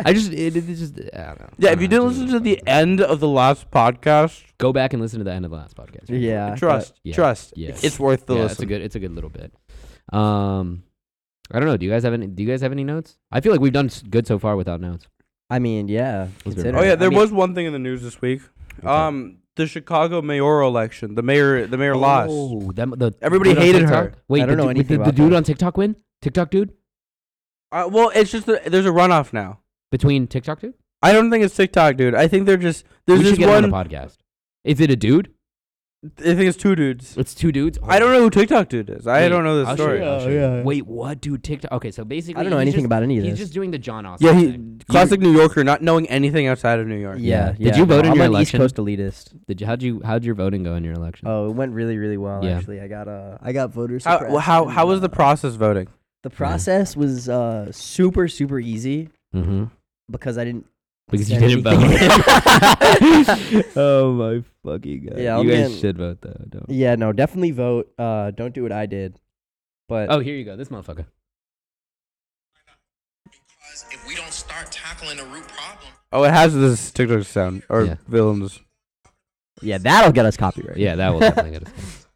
S3: I just, it, it just, I don't know.
S2: Yeah,
S3: I
S2: if you didn't
S3: don't know,
S2: listen
S3: just
S2: to
S3: fucking-
S2: the e- end of the last podcast,
S3: go back and listen to the end of the last podcast. right?
S1: Yeah.
S2: trust,
S3: yeah,
S2: trust,
S3: yeah.
S2: it's worth the
S3: yeah,
S2: listen.
S3: it's a good, it's a good little bit. Um, I don't know. Do you guys have any? Do you guys have any notes? I feel like we've done s- good so far without notes.
S1: I mean, yeah.
S3: good.
S1: consider
S2: oh
S1: it.
S2: yeah,
S1: I
S2: there
S1: mean,
S2: was one thing in the news this week. Um, the Chicago mayoral election. The mayor, the mayor lost.
S3: Oh, that, the
S2: Everybody
S3: dude on
S2: hated
S3: TikTok?
S2: her.
S3: Wait,
S1: I don't
S3: the,
S1: know
S3: du-
S1: anything
S3: Did the
S1: about
S3: dude
S1: that.
S3: on TikTok win? TikTok dude
S2: Uh, well, it's just that there's a runoff now.
S3: between TikTok dude.
S2: I don't think it's TikTok, dude. I think they're just there's
S3: we should
S2: just
S3: get him
S2: one.
S3: on the podcast. Is it a dude?
S2: I think it's two dudes.
S3: It's two dudes.
S2: I don't know who TikTok dude is. I
S3: Wait,
S2: don't know this
S3: I'll show
S2: story.
S3: you, I'll show you. Wait, what, dude? TikTok. Okay, so basically,
S1: I don't know
S3: he's
S1: anything
S3: just-
S1: about any of
S3: He's
S1: this.
S3: just doing the John Austin.
S2: Yeah,
S3: thing.
S2: he, classic New Yorker, not knowing anything outside of New York.
S1: yeah,
S3: Yeah.
S1: yeah.
S3: Did you vote in
S1: I'm
S3: your
S1: an
S3: election?
S1: East Coast elitist.
S3: Did you, how'd you how'd your voting go in your election?
S1: Oh, it went really, really well.
S3: Yeah.
S1: Actually, I got uh, I got voter uh,
S2: How how how was the process voting?
S1: The process was uh, super, super easy
S3: Mm-hmm.
S1: because I didn't.
S3: Because you
S1: Send
S3: didn't
S1: anything. (laughs)
S3: vote. (laughs) oh my fucking god!
S1: Yeah,
S3: you
S1: I'm
S3: guys
S1: getting-
S3: should vote though. Don't.
S1: Yeah, no, definitely vote. Uh, don't do what I did. But
S3: Oh, here you go. This motherfucker.
S8: Because if we don't start tackling the root problem,
S2: Oh, it has this TikTok sound or
S3: Yeah.
S2: villains.
S1: yeah, that'll get us copyright.
S3: Yeah, that will
S1: (laughs)
S3: definitely get us.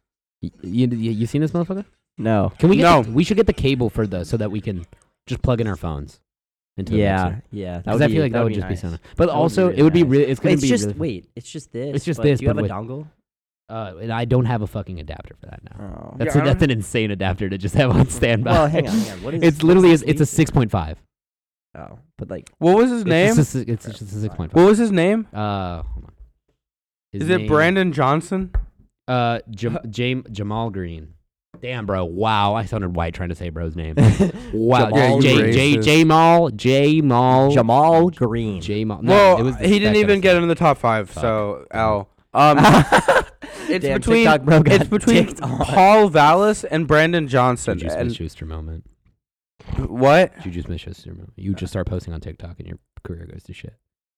S3: You, you you seen this motherfucker?
S1: No.
S3: Can we? Get
S2: No.
S3: the- we should get the cable for the so that we can just plug in our phones. Into the
S1: Yeah,
S3: mixer.
S1: yeah.
S3: Because I feel like that would, just be something.
S1: That
S3: But
S1: would be
S3: also,
S1: really
S3: it would be
S1: nice.
S3: really. It's gonna
S1: It's
S3: be
S1: just
S3: really-
S1: wait. It's just this.
S3: It's just
S1: but
S3: this,
S1: Do you have
S3: but
S1: a
S3: with-
S1: dongle?
S3: Uh, and I don't have a fucking adapter for that now.
S1: Oh.
S3: That's (laughs)
S2: Yeah, I
S3: a,
S2: don't-
S3: that's an insane adapter to just have on standby.
S1: Well, hang on, hang on. What is?
S3: (laughs) It's literally is it's a six point five.
S1: Oh, but
S3: (laughs)
S1: like
S2: What was his name?
S3: It's just a, it's just a six point five.
S2: What was his name?
S3: Uh, hold on. His
S2: Is it
S3: name-
S2: Brandon Johnson?
S3: Uh,
S2: (laughs)
S3: Jam- Jam- Jamal Green. Damn, bro. Wow, I sounded white trying to say
S2: (laughs)
S3: bro's name. wow,
S2: Jamal
S3: J J
S2: racist.
S3: J Mal J Mal
S1: Jamal Green.
S3: J Mal. No,
S2: well,
S3: it was
S2: he didn't even get in the top five,
S3: Fuck.
S2: so L. Um,
S3: (laughs)
S2: (laughs)
S1: (laughs)
S2: it's
S1: Damn,
S2: between
S1: TikTok bro got
S2: it's between
S1: ticked on.
S2: Paul Vallis and Brandon Johnson.
S3: Juju Smith
S2: And
S3: Schuster moment.
S2: what?
S3: Juju Smith Schuster moment. You just start posting on TikTok and your career goes to shit.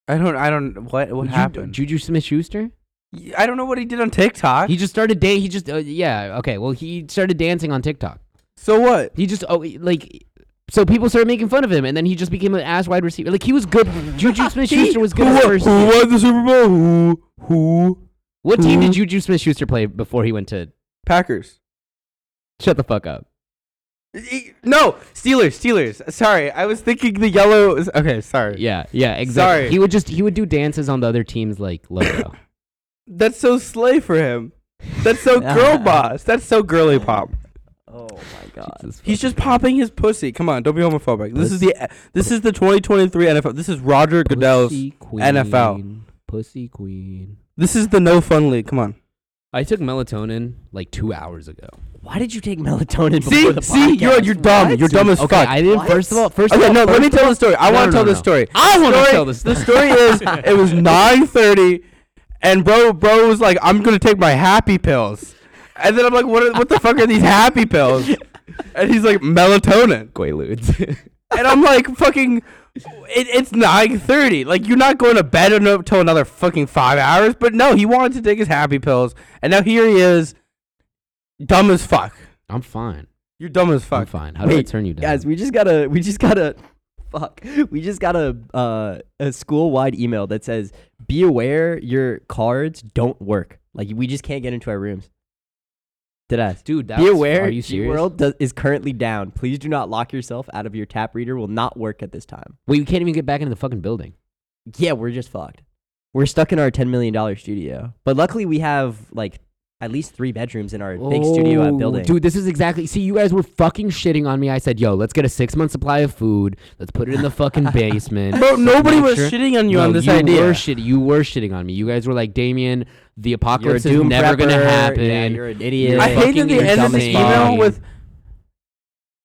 S2: I don't. I don't. What? What
S3: Ju-
S2: happened?
S3: Juju Smith Schuster?
S2: Y- I don't know what he did on TikTok.
S3: He just started da- He just uh, yeah. Okay. Well, he started dancing on TikTok.
S2: so what?
S3: He just oh he- like. So people started making fun of him, and then he just became an ass wide receiver. Like he was (laughs) good. Juju Smith Schuster was good
S2: who,
S3: at
S2: won,
S3: first.
S2: who won the Super Bowl? Who? Who?
S3: What team
S2: who-
S3: did Juju Smith Schuster play before he went to?
S2: Packers.
S3: Shut the fuck up.
S2: E- No, Steelers. Steelers. Sorry, I was thinking the yellow. is- Okay, sorry.
S3: Yeah, yeah, exactly.
S2: Sorry. (coughs)
S3: He would just he would do dances on the other team's like logo.
S2: That's so slay for him. That's
S3: (laughs)
S2: so girl boss. That's so girly pop.
S1: Oh my god.
S3: Jesus
S2: He's just popping his pussy. Come on, don't be homophobic. This is the this is the 2023 NFL. This is Roger Goodell's.
S3: Pussy
S2: NFL.
S3: queen, Pussy queen.
S2: This is the no fun league. Come on.
S3: I took melatonin like two hours ago.
S1: Why did you take melatonin
S2: See?
S1: before the
S2: See? You're-
S1: podcast?
S2: you're dumb.
S1: What?
S2: You're dumb as
S3: okay,
S2: fuck.
S3: I didn't.
S1: What?
S3: First of all, first
S2: Okay,
S3: of all,
S2: no, let
S3: first
S2: me
S3: of
S2: tell the story. I
S3: No,
S2: want to
S3: no,
S2: tell
S3: no,
S2: this
S3: no.
S2: story.
S3: I
S2: The
S3: wanna
S2: story-
S3: tell
S2: (laughs)
S3: this
S2: The story is it was 9:30 and bro bro was like I'm going to take my happy pills. And then I'm like what are, what the fuck are these happy pills? And he's like melatonin.
S3: all, Quaaludes.
S2: (laughs) And I'm like fucking it, it's 9:30. Like you're not going to bed until another fucking 5 hours, but no, he wanted to take his happy pills. And now here he is dumb as fuck.
S3: I'm fine.
S2: You're dumb as
S3: I'm
S2: fuck.
S3: fine. How do I
S1: Wait,
S3: turn you down?
S1: Guys, we just got a we just got a fuck. We just got a uh, a school wide email that says be aware your cards don't work. Like we just can't get into our rooms. Did I?
S3: dude. That's,
S1: Be aware,
S3: Are you serious?
S1: SeaWorld does, is currently down. Please do not lock yourself out of your tap reader. Will not work at this time.
S3: Wait, you can't even get back into the fucking building.
S1: Yeah, we're just fucked. We're stuck in our ten million dollar studio, but luckily we have like at least three bedrooms in our big studio
S3: Oh,
S1: at building.
S3: Dude, this is exactly. See, you guys were fucking shitting on me. I said, yo, let's get a six month supply of food. Let's put it in
S1: (laughs)
S3: the fucking basement.
S2: Bro, nobody
S3: Make
S2: was
S3: sure-
S2: shitting on you
S3: No,
S2: on this
S3: you
S2: idea.
S3: Were shitting, you were shitting on me. You guys were like, Damien, the
S1: you're a
S3: apocalypse is
S1: doom
S3: never going to
S1: prepper.
S3: happen.
S1: Yeah, you're an idiot.
S2: I hate that
S3: Fucking
S2: they ended this
S3: dumb
S2: email
S3: fuck.
S2: with.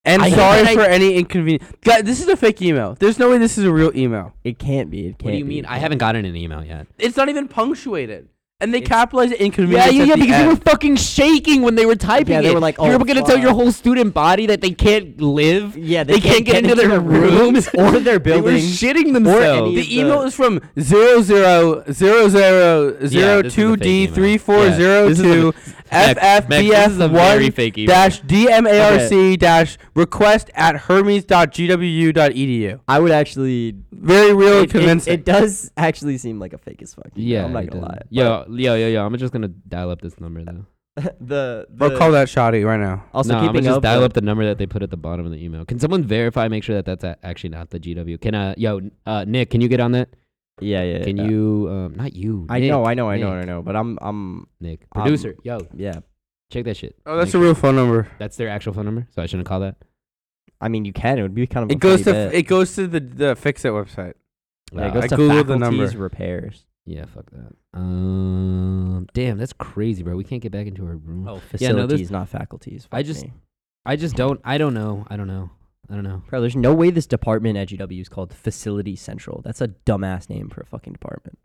S2: And
S3: I hate
S2: sorry
S3: that I-
S2: for any inconvenience. Guy, this is a fake email. There's no way this is a real email.
S1: It can't be. It can't
S3: what do you
S1: be.
S3: mean? I haven't gotten an email yet.
S2: It's not even punctuated, and they capitalize inconvenience.
S3: Yeah, yeah,
S2: at
S3: yeah,
S2: the
S3: because
S2: end.
S3: they were fucking shaking when they were typing
S1: Yeah, they
S3: it.
S1: were like,
S3: you
S1: "Oh,
S3: were going to tell your
S1: fuck."
S3: whole student body that they can't live.
S1: Yeah,
S3: they, can't, get into their rooms
S1: or their
S3: (laughs) They were
S1: buildings.
S3: shitting
S1: any
S3: themselves.
S1: of
S2: The email is from zero zero zero zero
S3: Yeah,
S2: zero
S3: this is a
S2: two
S3: fake
S2: D
S3: email.
S2: three four
S3: Yeah,
S2: zero
S3: this is a-
S2: two
S3: Mac- Mac, this is a
S2: FFBF
S3: very fake
S2: one
S3: email.
S2: dash DMARC dash request at hermes.gwu.edu.
S1: I would actually.
S2: E Very real and
S1: It, it,
S2: convincing.
S1: it does actually seem like a fake as fuck. email,
S3: Yeah,
S1: I'm not
S3: it
S1: gonna
S3: does.
S1: lie.
S3: Yo, yo, yo, yo! I'm just gonna dial up this number though.
S1: But (laughs) the, the
S2: Bro, call that shoddy right now.
S1: also
S3: no, I'm
S1: keeping
S3: gonna just
S1: up.
S3: dial
S1: with-
S3: up the number that they put at the bottom of the email. Can someone verify, make sure that that's a- actually not the GW? Can uh, yo, uh, Nick, can you get on that?
S1: (laughs) Yeah, yeah.
S3: Can
S1: yeah.
S3: you, um, not you.
S1: I
S3: Nick,
S1: know, I know, I know,
S3: Nick,
S1: I know. But I'm, I'm,
S3: Nick,
S1: Um,
S3: producer, yo,
S1: yeah.
S3: check that shit.
S2: Oh, that's
S3: Make
S2: a
S3: sure-
S2: real phone number.
S3: That's their actual phone number, so I shouldn't call that.
S1: I mean, you can. It would be kind of. a
S2: It goes
S1: funny
S2: to
S1: bit.
S2: it goes to the the fix it website.
S1: Yeah, it
S3: Uh,
S1: goes
S2: I
S1: to
S2: googled the
S1: faculties
S2: number.
S1: repairs.
S3: yeah, fuck that. Um, damn, that's crazy, bro. We can't get back into our room.
S1: Oh,
S3: Yeah, no,
S1: facilities,
S3: this-
S1: not faculties.
S3: I
S1: Fuck
S3: just-
S1: me.
S3: I just don't. I don't know. I don't know. I don't know.
S1: bro, there's no way this department at GW is called Facility Central. That's a dumbass name for a fucking
S3: (laughs)
S1: department.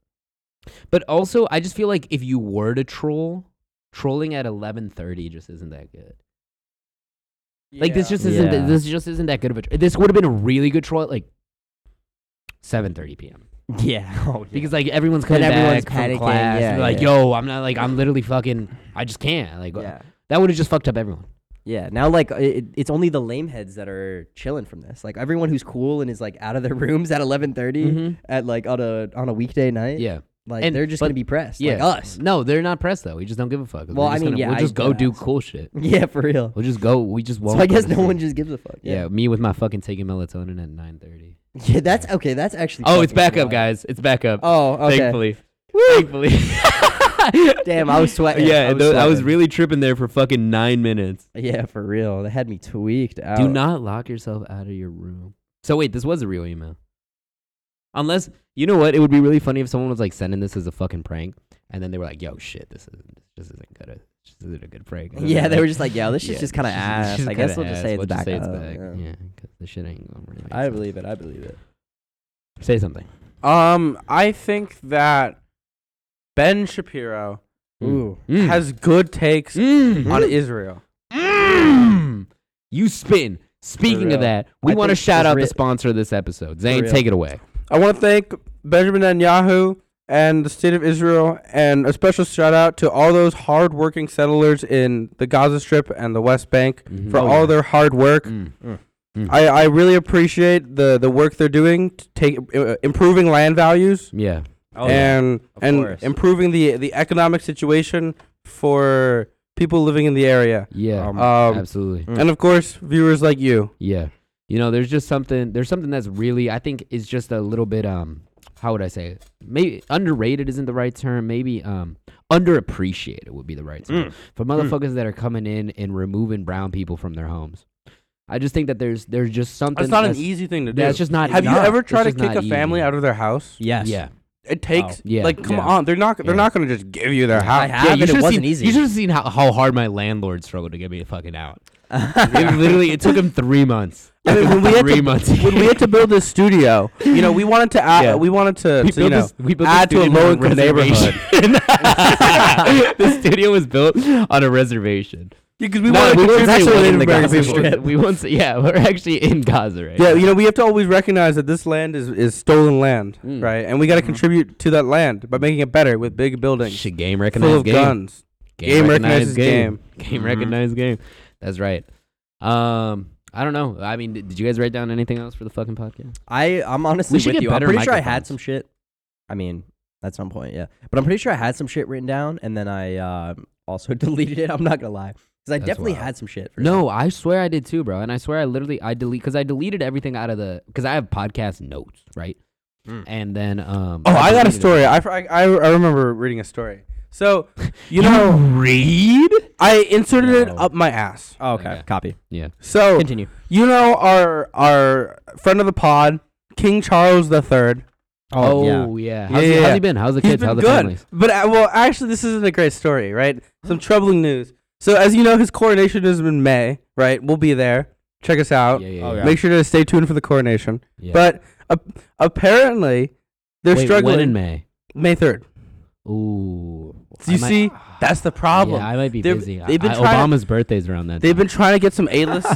S3: But also, I just feel like if you were to troll, trolling at 11:30 just isn't that good. Like this just isn't
S1: Yeah.
S3: this just isn't that good of a. tr- This would have been a really good troll at like 7:30 p.m.
S1: Yeah. Oh, yeah.
S3: because like everyone's coming
S1: everyone's
S3: back from
S1: panicking,
S3: class.
S1: yeah,
S3: they're like,
S1: yeah.
S3: yo, I'm not like I'm literally fucking. I just can't. Like
S1: yeah.
S3: that would have just fucked up everyone.
S1: Yeah, now like it, it's only the lame heads that are chilling from this. Like everyone who's cool and is like out of their (laughs) rooms at 11:30
S3: Mhm.
S1: at like on a on a weekday night.
S3: Yeah.
S1: like
S3: and-
S1: they're just
S3: but-
S1: gonna be pressed.
S3: Yeah.
S1: like us. (laughs)
S3: No, they're not pressed though. We just don't give a fuck. We're
S1: Well, I
S3: just
S1: mean,
S3: gonna-
S1: yeah,
S3: we'll
S1: I
S3: just go do
S1: guess.
S3: cool shit.
S1: Yeah, for real.
S3: We'll just go. We just
S1: So
S3: won't.
S1: I guess
S3: go to (laughs)
S1: no
S3: sleep.
S1: one just gives a fuck.
S3: Yeah.
S1: Yeah, (laughs)
S3: me with my fucking taking melatonin at 9:30.
S1: yeah that's okay. That's actually.
S3: Oh, it's
S1: fucking
S3: back up,
S1: wild.
S3: guys. It's back up.
S1: Oh, okay.
S3: Thankfully. Thankfully.
S1: (laughs) Damn,
S3: (laughs)
S1: I was sweating.
S3: yeah,
S1: I was,
S3: tho- I was
S1: sweating.
S3: really tripping there for fucking nine minutes.
S1: Yeah, for real. They had me tweaked out.
S3: Do not lock yourself out of your room. So wait, this was a real email. Unless you know what, it would be really funny if someone was like sending this as a fucking prank, and then they were like, "Yo, shit, this isn't this isn't good. uh, This isn't a good prank." And
S1: (laughs) (laughs)
S3: then
S1: Yeah,
S3: they're
S1: they were
S3: (laughs)
S1: just like, "Yo, this shit's
S3: "Yeah,
S1: just kind of
S3: this is-
S1: ass."
S3: this is
S1: I guess
S3: kinda
S1: we'll just
S3: ass.
S1: say it's
S3: We'll
S1: back.
S3: say it's
S1: up.
S3: back.
S1: Yeah.
S3: Yeah, 'cause the shit ain't gonna really make
S1: I
S3: sense.
S1: believe it. I believe it.
S3: Say something.
S2: Um, I think that Ben Shapiro
S3: Mm.
S1: Ooh.
S3: Mm.
S2: has good takes
S3: Mm.
S2: on Israel.
S3: Mm. You spin. Speaking
S1: real.
S3: of that, we
S1: I
S3: want to
S1: think
S3: shout
S1: this
S3: out
S1: re-
S3: the sponsor of this episode. Zane,
S1: real.
S3: take it away.
S2: I want to thank Benjamin Netanyahu and the state of Israel, and a special shout out to all those hardworking settlers in the Gaza Strip and the West Bank
S3: Mhm.
S2: for
S3: Oh,
S2: all
S3: yeah.
S2: their hard work. I, I really appreciate the, the work they're doing, to take uh, improving land values
S3: Yeah.
S2: Oh, and
S1: Of
S2: and
S1: course.
S2: improving the the economic situation for people living in the area.
S3: Yeah.
S2: Um,
S3: absolutely.
S2: and of course, viewers like you.
S3: Yeah. You know, there's just something there's something that's really I think is just a little bit um how would I say it? maybe underrated isn't the right term. Maybe um underappreciated would be the right term for motherfuckers that are coming in and removing brown people from their homes. I just think that there's there's just something.
S2: That's not an easy thing to do.
S3: that's just not-
S2: Have you
S3: nah,
S2: ever
S3: that's
S2: tried to
S3: just
S2: kick
S3: not
S2: a famfamily
S3: easy.
S2: out of their house?
S1: Yes.
S3: Yeah, Oh,
S2: It takes.
S3: Yeah.
S2: Like, come
S3: Yeah.
S2: on. They're not. They're
S3: Yeah.
S2: not going to just give you their house.
S1: I have,
S3: yeah.
S1: and
S3: You
S1: it
S3: should
S1: wasn't
S3: seen,
S1: easy.
S3: You should have seen how, how hard my landlord struggled to get me fucking
S2: (laughs)
S3: out. it literally it took him three months.
S2: I mean, when we had
S3: three
S2: to-
S3: months.
S2: when we had to build this studio, you know, we wanted to add,
S3: Yeah.
S2: we wanted to,
S3: (laughs) we
S2: to, you
S3: built
S2: know,
S3: this- we built this
S2: add to a
S3: studio on
S2: low income neighborhood. (laughs)
S3: reservation. the studio was built on a reservation.
S2: Because we
S3: No,
S2: wanted
S3: we
S2: to
S3: weren't
S2: contribute
S3: actually
S2: to
S3: in the
S2: American
S3: Gaza
S2: people.
S3: Strip. We won't say, yeah, we're actually in Gaza right
S2: Yeah, you know, we have to always recognize that this land is, is stolen land,
S3: Mm.
S2: right? And we got to contribute to that land by making it better with big
S3: now.
S2: buildings
S3: Shit, game recognized
S2: full of
S3: game.
S2: guns. Game recognizes
S3: game. (laughs) Mm-hmm. Game
S1: Mhm.
S3: recognized game. That's right. Um, I don't know. I mean, did, did you guys write down anything else for the fucking podcast?
S1: I I'm honestly
S3: We should
S1: with
S3: get
S1: you. I'm
S3: better
S1: pretty sure I had
S3: microphones.
S1: some shit. I mean, at some point, yeah. But I'm pretty sure I had some shit written down, and then I um also (laughs) deleted it. I'm not gonna lie, because I
S3: That's
S1: definitely
S3: wild.
S1: had some shit. For
S3: No, I swear I did too, bro. And I swear I literally I delete because I deleted everything out of the because I have podcast notes, right?
S2: Mm.
S3: And then um.
S2: Oh, I got a
S3: deleted it.
S2: story. I, fr- I, I I remember reading a story. (laughs) So, you know,
S3: read?
S2: I inserted it
S3: No.
S2: up my ass.
S1: Oh, okay.
S3: Okay.
S1: Copy.
S3: Yeah.
S2: So,
S1: Continue.
S2: you know, our our friend of the pod, King Charles the Third.
S1: Oh, yeah.
S3: yeah.
S2: Yeah,
S3: How's, he,
S2: yeah,
S3: how's
S2: yeah.
S3: he been? How's the
S2: He's
S3: kids? How's
S2: been
S3: the
S2: good,
S3: families?
S2: but uh, well, actually, this isn't a great story, right? Some troubling news. So, as you know, his coronation is in May, right? We'll be there. Check us out.
S3: yeah, yeah,
S1: Oh,
S3: yeah.
S1: yeah.
S2: Make sure to stay tuned for the coronation.
S3: Yeah.
S2: But ap- apparently, they're
S3: Wait,
S2: struggling.
S3: When in May?
S2: May third.
S3: Ooh.
S2: So you
S3: I might-
S2: see, that's the problem.
S3: Yeah, I might be
S2: They're-
S3: busy.
S2: they've been
S3: I-
S2: trying-
S3: Obama's birthday's around that.
S2: They've
S3: time.
S2: been trying to get some
S3: (laughs)
S2: A-list,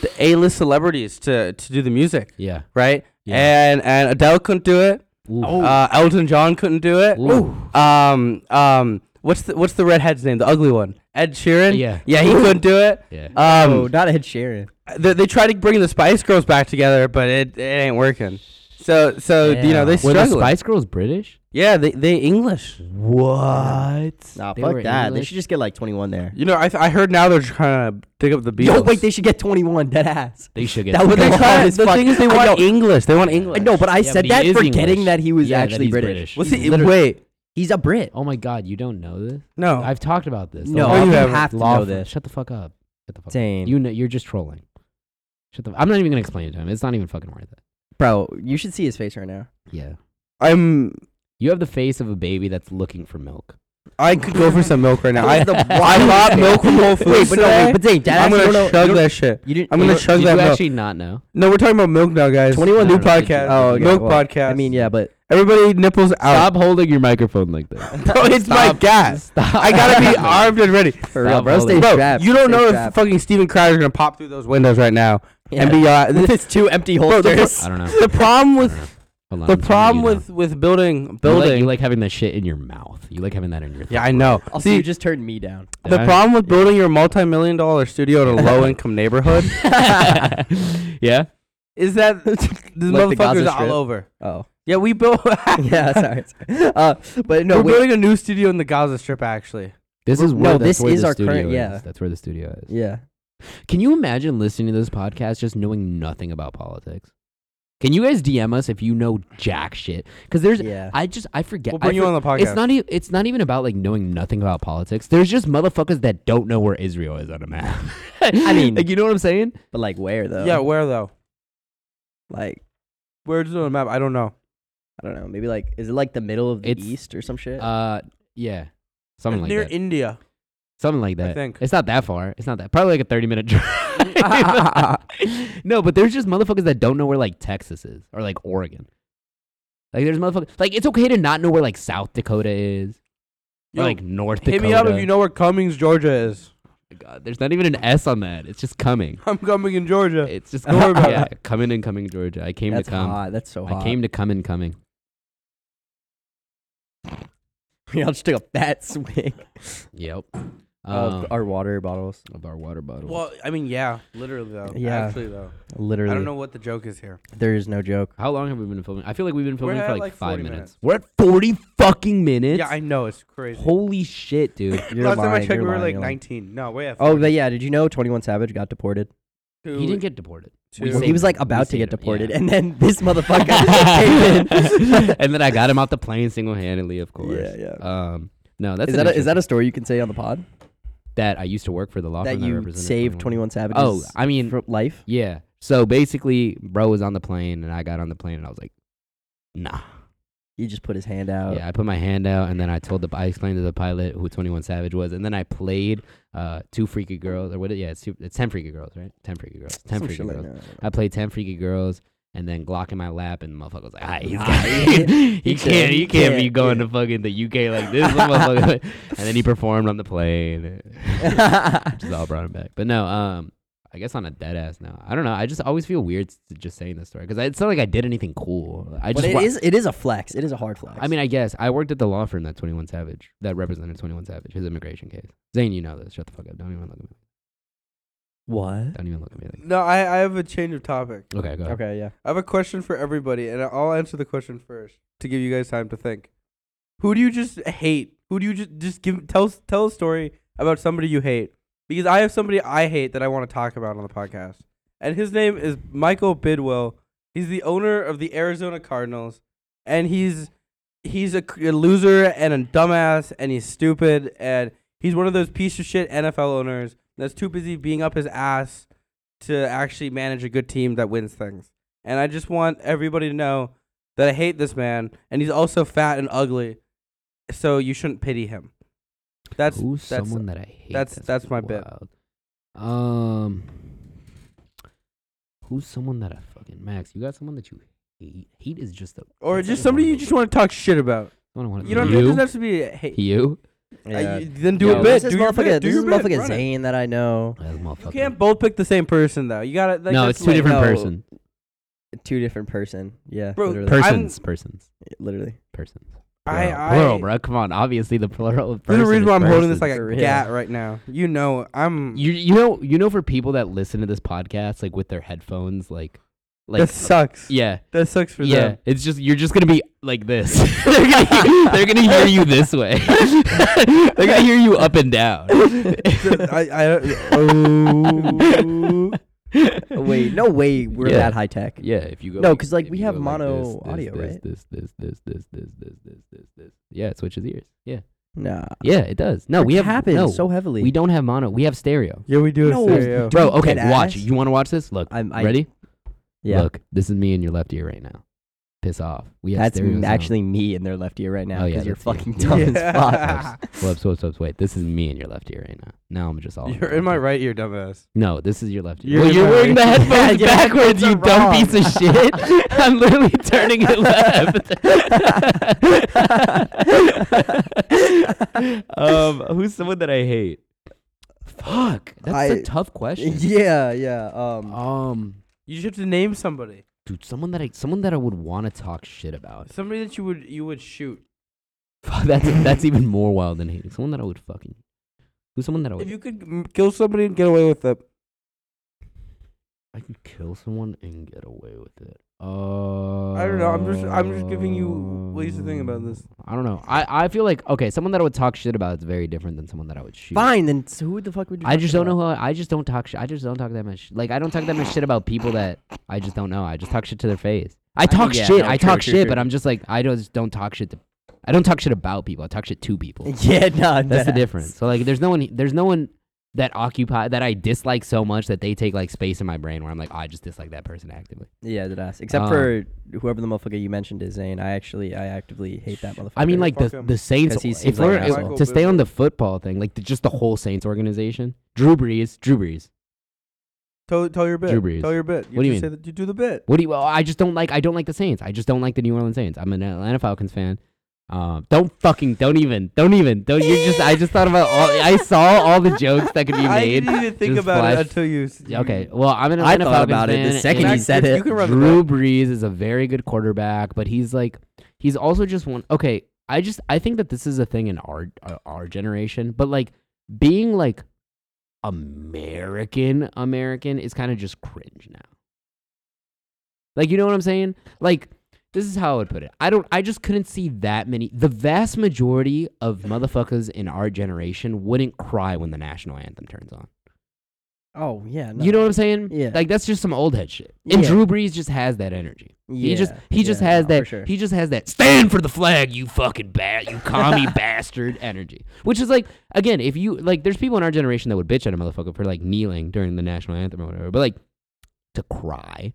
S2: the A-list celebrities to to do the music,
S3: Yeah.
S2: right?
S3: Yeah.
S2: And and Adele couldn't do it.
S3: Ooh.
S2: Uh, Elton John couldn't do it.
S3: Ooh.
S2: Um, um, what's the what's the redhead's name? The ugly one, Ed Sheeran.
S3: Yeah.
S2: yeah, he couldn't do it.
S3: Yeah.
S1: oh,
S2: Um,
S1: not Ed Sheeran.
S2: they, they tried to bring the Spice Girls back together, but it, it ain't working. So so you know they
S3: Were the
S2: struggle.
S3: Spice Girls British?
S2: yeah, they they English.
S3: What?
S1: Nah,
S3: They
S1: fuck
S3: were
S1: that. They
S3: English?
S1: should just get like 21 there.
S2: You know, I, th- I heard now they're trying to dig up the Beatles.
S1: Yo, wait, they should get 21. Dead ass.
S3: They should get.
S1: That would (laughs)
S2: But they
S1: Oh,
S2: try.
S1: it's
S2: The
S1: fuck-
S2: thing is, they
S1: I
S2: want
S1: know.
S2: English. They want English.
S1: No, but I
S3: Yeah,
S1: said
S3: but he
S1: that
S3: is
S1: forgetting
S3: English.
S1: that he was
S3: Yeah, that
S1: actually
S3: he's
S1: British.
S3: British.
S2: What's
S3: He's
S2: it-
S3: literally-
S2: wait,
S1: He's a Brit.
S3: Oh my God, you don't know this?
S2: Oh. no.
S3: I've talked about this. The
S1: No,
S3: law
S2: you
S3: firm-
S2: haven't.
S1: have to
S3: law
S1: know
S3: firm-
S1: this.
S3: Shut the fuck up. Shut the fuck up.
S1: Dang.
S3: You know, you're just trolling. Shut the. I'm not even gonna explain it to him. It's not even fucking worth it.
S1: Bro, you should see his face right now.
S3: Yeah.
S2: I'm.
S3: You have the face of a baby that's looking for milk.
S2: I could go for some milk
S1: (laughs)
S2: right now. I,
S1: That was the
S2: I bought
S1: wildest
S2: milk from Whole
S1: Wait,
S2: Foods
S1: but no,
S2: today.
S1: wait, but Zane, dad,
S2: I'm
S1: actually don't
S2: gonna
S1: know-
S2: chug
S1: you don't-
S2: that shit.
S1: You didn't.
S2: I'm
S1: you
S2: gonna
S1: don't-
S2: chug
S3: Did
S2: that
S3: you
S2: milk.
S3: actually not know?
S2: No, we're talking about milk now, guys.
S1: 21
S2: new
S3: No, no, no,
S2: podcast.
S3: no,
S1: Oh, okay,
S2: milk
S1: well,
S2: podcast.
S1: I mean, yeah, but
S2: everybody nipples out.
S3: Stop holding your microphone like
S2: (laughs)
S3: that.
S2: Bro, it's my
S3: Stop.
S2: gas.
S3: Stop.
S2: I gotta
S1: (laughs)
S2: (laughs) be armed and ready.
S1: for real, bro,
S3: holding
S1: stay
S3: it.
S2: Bro,
S1: strapped.
S2: you don't
S1: Stay
S2: know if
S1: strapped.
S2: fucking Steven Crowder's gonna pop through those windows right now
S1: Yeah.
S2: and
S1: (laughs)
S2: be uh,
S1: With his two empty
S2: Bro, the,
S1: holsters.
S3: I don't
S2: (laughs)
S3: know.
S2: the problem with
S3: Hold on,
S2: the
S3: I'm turning
S2: problem
S3: you down.
S2: with with building
S3: You like- You like,
S2: building.
S3: having that shit in your mouth. You like having that in your.
S2: Yeah, I know.
S1: Also,
S2: See,
S1: you just turned me down.
S2: the
S3: Yeah.
S2: problem with building your multi-million dollar studio
S1: (laughs)
S2: in a low-income neighborhood
S3: yeah.
S2: is that
S1: (laughs)
S2: the
S1: Like the Gaza
S2: motherfuckers all
S1: Strip.
S2: over.
S1: (laughs) Oh,
S2: Yeah, we built.
S1: (laughs) yeah, sorry. sorry. (laughs) Uh, but no,
S2: (laughs) We're
S1: wait.
S2: building a new studio in the Gaza Strip, actually.
S3: This is
S1: No,
S3: where that's
S1: this
S3: where
S1: is
S3: the
S1: our
S3: studio
S1: current- yeah.
S3: is. That's where the studio is.
S1: Yeah.
S3: Can you imagine listening to this podcast just knowing nothing about politics? Can you guys DM us if you know jack shit? Because there's,
S1: Yeah.
S3: I just I forget.
S2: We'll bring
S3: I
S2: you on the
S3: It's
S2: podcast.
S3: not even. It's not even about like knowing nothing about politics. There's just motherfuckers that don't know where Israel is on a map. I
S1: mean-
S3: (laughs) like you know what I'm saying?
S1: But like, where though?
S2: yeah, where though?
S1: Like,
S2: Where's the map? I don't know.
S1: I don't know. Maybe like, is it like the middle of the
S3: It's-
S1: east or some shit?
S3: Uh, yeah, something
S2: It's
S3: like
S2: near
S3: that.
S2: India.
S3: Something like that.
S2: think.
S3: It's not that far. It's not that. Probably like a 30 minute (laughs) drive. no, but there's just motherfuckers that don't know where like Texas is or like Oregon. Like there's motherfuckers. Like it's okay to not know where like South Dakota is.
S2: Yo,
S3: or, like North Dakota.
S2: Hit me up if you know where Cummings, Georgia is. (laughs)
S3: God, there's not even an S on that. It's just coming.
S2: I'm coming in Georgia.
S3: It's just
S2: (laughs) Don't worry about
S3: yeah, coming and coming, Georgia. I came
S1: That's
S3: to come.
S1: hot. That's so hot. (laughs)
S3: I came to come and coming.
S1: We all just took a fat swig
S3: Yep.
S1: of
S3: Um,
S1: our water bottles.
S3: of our water bottle.
S2: well, I mean, yeah, literally though.
S1: Yeah.
S2: actually though.
S1: Literally,
S2: I don't know what the joke is here.
S1: There is no joke.
S3: How long have we been filming? I feel like we've been
S2: We're
S3: filming
S2: at,
S3: for like,
S2: like,
S3: five
S2: 40
S3: minutes.
S2: minutes.
S3: We're at forty fucking minutes.
S2: yeah, I know it's crazy.
S3: Holy
S2: (laughs)
S3: shit, dude.
S1: You're
S2: Last time I
S1: lying, Oh,
S2: checked,
S1: you're
S2: we were
S1: lying,
S2: like
S1: you're lying.
S2: 19. No, way.
S1: Oh, but yeah. Did you know Twenty One Savage got deported?
S3: he didn't get deported.
S1: We
S2: to-
S1: sa- he was like
S3: we
S1: about to
S3: saved
S1: get
S3: him,
S1: deported,
S3: yeah.
S1: and then this (laughs)
S3: (laughs)
S1: motherfucker (laughs) came in.
S3: and then I got him off the plane single handedly, of course.
S1: Yeah, yeah.
S3: Um, no, that's
S1: is that a, is that a story you can say on the pod
S3: that I used to work for the law
S1: that
S3: firm
S1: you
S3: represented
S1: saved Twenty
S3: 21.
S1: One Savages?
S3: Oh, I mean,
S1: from life.
S3: yeah. So basically, bro was on the plane, and I got on the plane, and I was like, nah.
S1: He just put his hand out.
S3: Yeah, I put my hand out, and then I told the I explained to the pilot who Twenty One Savage was, and then I played uh, two freaky girls or what? it- Yeah, it's, two, it's ten freaky girls, right? Ten freaky girls, ten
S1: Some
S3: freaky
S1: shit like
S3: girls.
S1: that.
S3: I played ten freaky girls, and then Glock in my lap, and the motherfucker was
S1: (laughs)
S3: like, "Hi, he's (laughs)
S1: Aight,
S3: he
S1: he
S3: can't, he
S1: can't,
S3: can't be
S1: yeah,
S3: going to fucking the UK like this,
S1: (laughs)
S3: motherfucker." and then he performed on the plane,
S1: (laughs)
S3: (laughs) which is all brought him back. But no, um. I guess on a dead ass now. I don't know. I just always feel weird s- just saying this story because it's not like I did anything cool. I
S1: But
S3: just
S1: it
S3: wa-
S1: is it is a flex. It is a hard flex.
S3: I mean, I guess I worked at the law firm that 21 Savage that represented 21 Savage, his immigration case. Zane, you know this. Shut the fuck up. Don't even look at me.
S1: what?
S3: Don't even look at me. Like,
S2: No, I, I have a change of topic.
S3: okay, go.
S1: Okay, yeah.
S2: I have a question for everybody, and I'll answer the question first to give you guys time to think. Who do you just hate? Who do you just just give tell s- tell a story about somebody you hate? Because I have somebody I hate that I want to talk about on the podcast, and his name is Michael Bidwell. He's the owner of the Arizona Cardinals, and he's he's a, c- a loser and a dumbass, and he's stupid, and he's one of those piece of shit NFL owners that's too busy being up his ass to actually manage a good team that wins things and I just want everybody to know that I hate this man, and he's also fat and ugly, so you shouldn't pity him. That's
S3: Who's
S2: that's
S3: someone that I hate?
S2: that's- that's my bit.
S3: wild. Um, who's someone that I fucking Max? You got someone that you hate? Hate is just a
S2: or just somebody you just want to talk shit about.
S3: want to
S2: You don't it doesn't have to be a hate.
S3: you.
S2: Uh,
S1: Yeah.
S2: you- then do
S3: Yo,
S2: a bit.
S1: This is
S2: do your
S1: motherfucker.
S2: bit. Do
S1: This is
S2: your bit.
S1: motherfucker
S2: Run it.
S1: Zane that I know.
S3: That's motherfucker.
S2: You can't both pick the same person though. You got to Like,
S3: no,
S2: that's
S3: it's two
S2: lame.
S3: different
S1: no.
S3: person.
S1: Two different person. Yeah.
S2: Bro,
S1: literally.
S2: I'm-
S3: Persons, persons,
S1: literally.
S3: persons.
S2: I-
S3: Plural, plural,
S2: I-
S3: bro. Come on. Obviously, the plural of
S2: There's
S3: person.
S2: a reason
S3: is
S2: why I'm holding this
S3: persons.
S2: like
S1: For
S2: a
S1: real.
S2: gat right now. You know, I'm.
S3: You you know you know for people that listen to this podcast like with their headphones like like
S2: that sucks.
S3: yeah
S2: That sucks for
S3: yeah
S2: them.
S3: it's just you're just gonna be
S2: (laughs)
S3: like this (laughs) they're, gonna, they're gonna hear you this way they're gonna hear you up
S1: (laughs)
S3: and down
S2: I, I,
S3: (laughs)
S2: oh.
S1: Wait, no way. We're
S3: Yeah.
S1: that high tech.
S3: yeah if you go
S1: No, 'cause, like,
S3: if
S1: we
S3: you
S1: have
S3: go
S1: mono audio,
S3: this,
S1: right?
S3: this this this this this this this this this yeah it switches ears yeah
S1: Nah.
S3: yeah it does no we have
S1: happened
S3: no
S1: so heavily.
S3: we don't have mono we have stereo
S2: Yeah, we do
S1: No,
S2: a stereo.
S1: dude.
S3: bro okay
S1: Dead
S3: watch
S1: ass.
S3: you want to watch this look
S1: I'm- I-
S3: ready
S1: Yeah.
S3: Look, this is me in your left ear right now. Piss off. We have
S1: That's
S3: stereo
S1: m-
S3: sound.
S1: actually me in their left ear right now
S3: Oh, yeah,
S1: because you're
S3: that's you.
S1: fucking
S3: (laughs) Yeah.
S1: dumb as
S2: Yeah. (laughs)
S1: fuck.
S3: Whoops, whoops, whoops. Wait, this is me in your left ear right now. Now I'm just all.
S2: You're
S3: your
S2: in my
S3: left ear.
S2: right ear, dumbass.
S3: No, this is your left ear.
S2: You're
S3: well,
S2: in
S3: you're
S2: my
S3: wearing the
S2: right ear. (laughs)
S3: headphones
S1: Yeah, your
S3: backwards,
S1: headphones
S3: you
S1: are
S3: dumb
S1: wrong.
S3: piece of shit. I'm literally turning it left. (laughs) um, who's someone that I hate? Fuck, that's a
S1: I-
S3: tough
S1: (laughs)
S3: question.
S1: yeah, yeah. Um,
S3: Um,
S2: You just have to name somebody.
S3: dude, someone that I someone that I would want to talk shit about. (laughs)
S2: Somebody that you would you would shoot.
S3: Fuck, that's that's even more wild than hating. Someone that I would fucking who's someone that I would
S2: If you could m- kill somebody and get away with it,
S3: I could kill someone and get away with it. Uh,
S2: don't know, I'm just- I'm just giving you ways to think about this.
S3: Um, I don't know. I, I feel like okay, someone that I would talk shit about is very different than someone that I would shoot.
S1: fine. Then so who the fuck would you?
S3: I
S1: talk
S3: just don't know
S1: about?
S3: who I, I just don't talk shit. I just don't talk that much. Like I don't talk that much shit about people that I just don't know. I just talk shit to their face. I talk
S1: yeah,
S3: shit.
S1: no,
S3: I
S1: true,
S3: talk
S1: true,
S3: shit,
S1: true.
S3: but I'm just like I don't just don't talk shit to. I don't talk shit about people. I talk shit
S1: (laughs)
S3: to people.
S1: Yeah, no,
S3: That's the difference. So like, there's no one. There's no one that occupy that I dislike so much that they take like space in my brain where I'm like, "Oh, I just dislike that person actively.
S1: Yeah, that ass. Except
S3: Uh,
S1: for whoever the motherfucker you mentioned is Zane. I actually, I actively hate that motherfucker.
S3: I mean, like
S2: fuck
S3: the
S2: him.
S3: the Saints.
S1: 'Cause he
S3: if
S1: seems like
S3: we're,
S1: an
S3: if-
S1: asshole.
S3: to stay on the football thing, like the, just the whole Saints organization, Drew Brees, Drew Brees.
S2: tell tell your bit.
S3: Drew Brees.
S2: Tell your bit.
S3: What do you
S2: just say
S3: mean?
S2: that you do the bit.
S3: What do you? Well, I just don't like. I don't like the Saints. I just don't like the New Orleans Saints. I'm an Atlanta Falcons fan. Um, don't fucking, don't even, don't even, don't you just? I just thought about all. I saw all the jokes that could
S2: (laughs)
S3: be
S2: I
S3: made.
S2: didn't even think
S3: Just
S2: about
S3: flash-
S2: it until you. s- you-
S3: Okay, well, I'm an
S1: I
S3: Atlanta
S1: thought
S3: Falcons
S1: about it the
S3: fan,
S1: second
S3: and-
S1: he
S2: Max,
S1: said
S2: you-
S1: it.
S2: you can (laughs) run the
S3: Drew Brees is a very good quarterback, but he's like, he's also just one. Okay, I just I think that this is a thing in our our, our generation, but like being like American American is kind of just cringe now. Like you know what I'm saying? Like this is how I would put it. I don't. I just couldn't see that many. The vast majority of motherfuckers in our generation wouldn't cry when the national anthem turns on.
S9: Oh yeah.
S3: You know what I'm saying?
S9: Yeah.
S3: Like that's just some old head shit. And
S9: Yeah.
S3: Drew Brees just has that energy. he just
S9: Yeah,
S3: he just
S9: yeah,
S3: has
S9: no, for
S3: that
S9: sure.
S3: he just has that stand for the flag, you fucking bat, you
S2: (laughs)
S3: commie bastard energy. Which is like again, if you like there's people in our generation that would bitch at a motherfucker for like kneeling during the national anthem or whatever, but like to cry.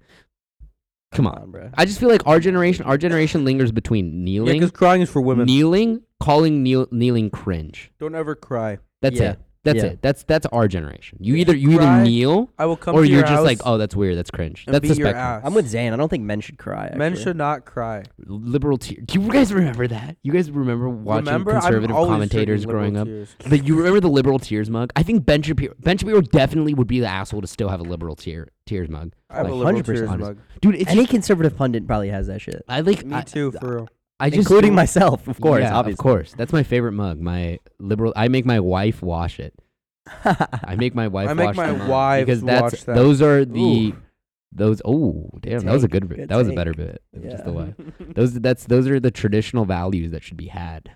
S3: Come on.
S2: bro.
S3: I just feel like our generation our generation lingers between
S2: Yeah,
S3: kneeling
S2: because crying is for women.
S3: kneeling, calling kneel, kneeling cringe.
S2: Don't ever cry.
S3: That's
S9: Yeah,
S3: it. That's
S9: yeah.
S3: it. That's that's our generation. You either you either
S2: Cry
S3: kneel
S2: I will come.
S3: or
S2: to
S3: you're
S2: your
S3: just
S2: house
S3: like, oh, that's weird. That's cringe.
S2: and
S3: That's
S2: beat your
S3: disrespectful.
S2: ass.
S1: I'm with Zan. I don't think men should cry. Actually.
S2: Men should not cry.
S3: Liberal tear. Do you guys remember that? You guys remember watching
S2: Remember, I'm
S3: conservative
S2: always
S3: commentators
S2: drinking
S3: growing
S2: liberal
S3: up?
S2: tears.
S3: But you remember the liberal tears mug? I think Ben Shapiro, Ben Shapiro definitely would be the asshole to still have a liberal tear tears mug.
S2: I have
S3: Like,
S2: a liberal
S1: 100%
S2: tears
S3: honest.
S2: mug.
S3: Dude, it's
S1: Any
S3: just-
S1: conservative pundit probably has that shit,
S3: I like
S2: Me
S3: I-
S2: too, for real.
S3: I just
S1: including myself, of course.
S3: Yeah, of
S1: obviously. (laughs)
S3: course. That's my favorite mug. My liberal. I make my wife wash it. I make my
S2: (laughs)
S3: wife.
S2: I make
S3: wash
S2: my
S3: the mug
S2: wives
S3: because that's
S2: watch that.
S3: those are the those. Oh damn, that was a
S1: Take,
S3: good. bit.
S1: good
S3: that was a
S1: take.
S3: better bit. than Just the
S1: Yeah.
S2: (laughs)
S3: wife. Those that's those are the traditional values that should be had.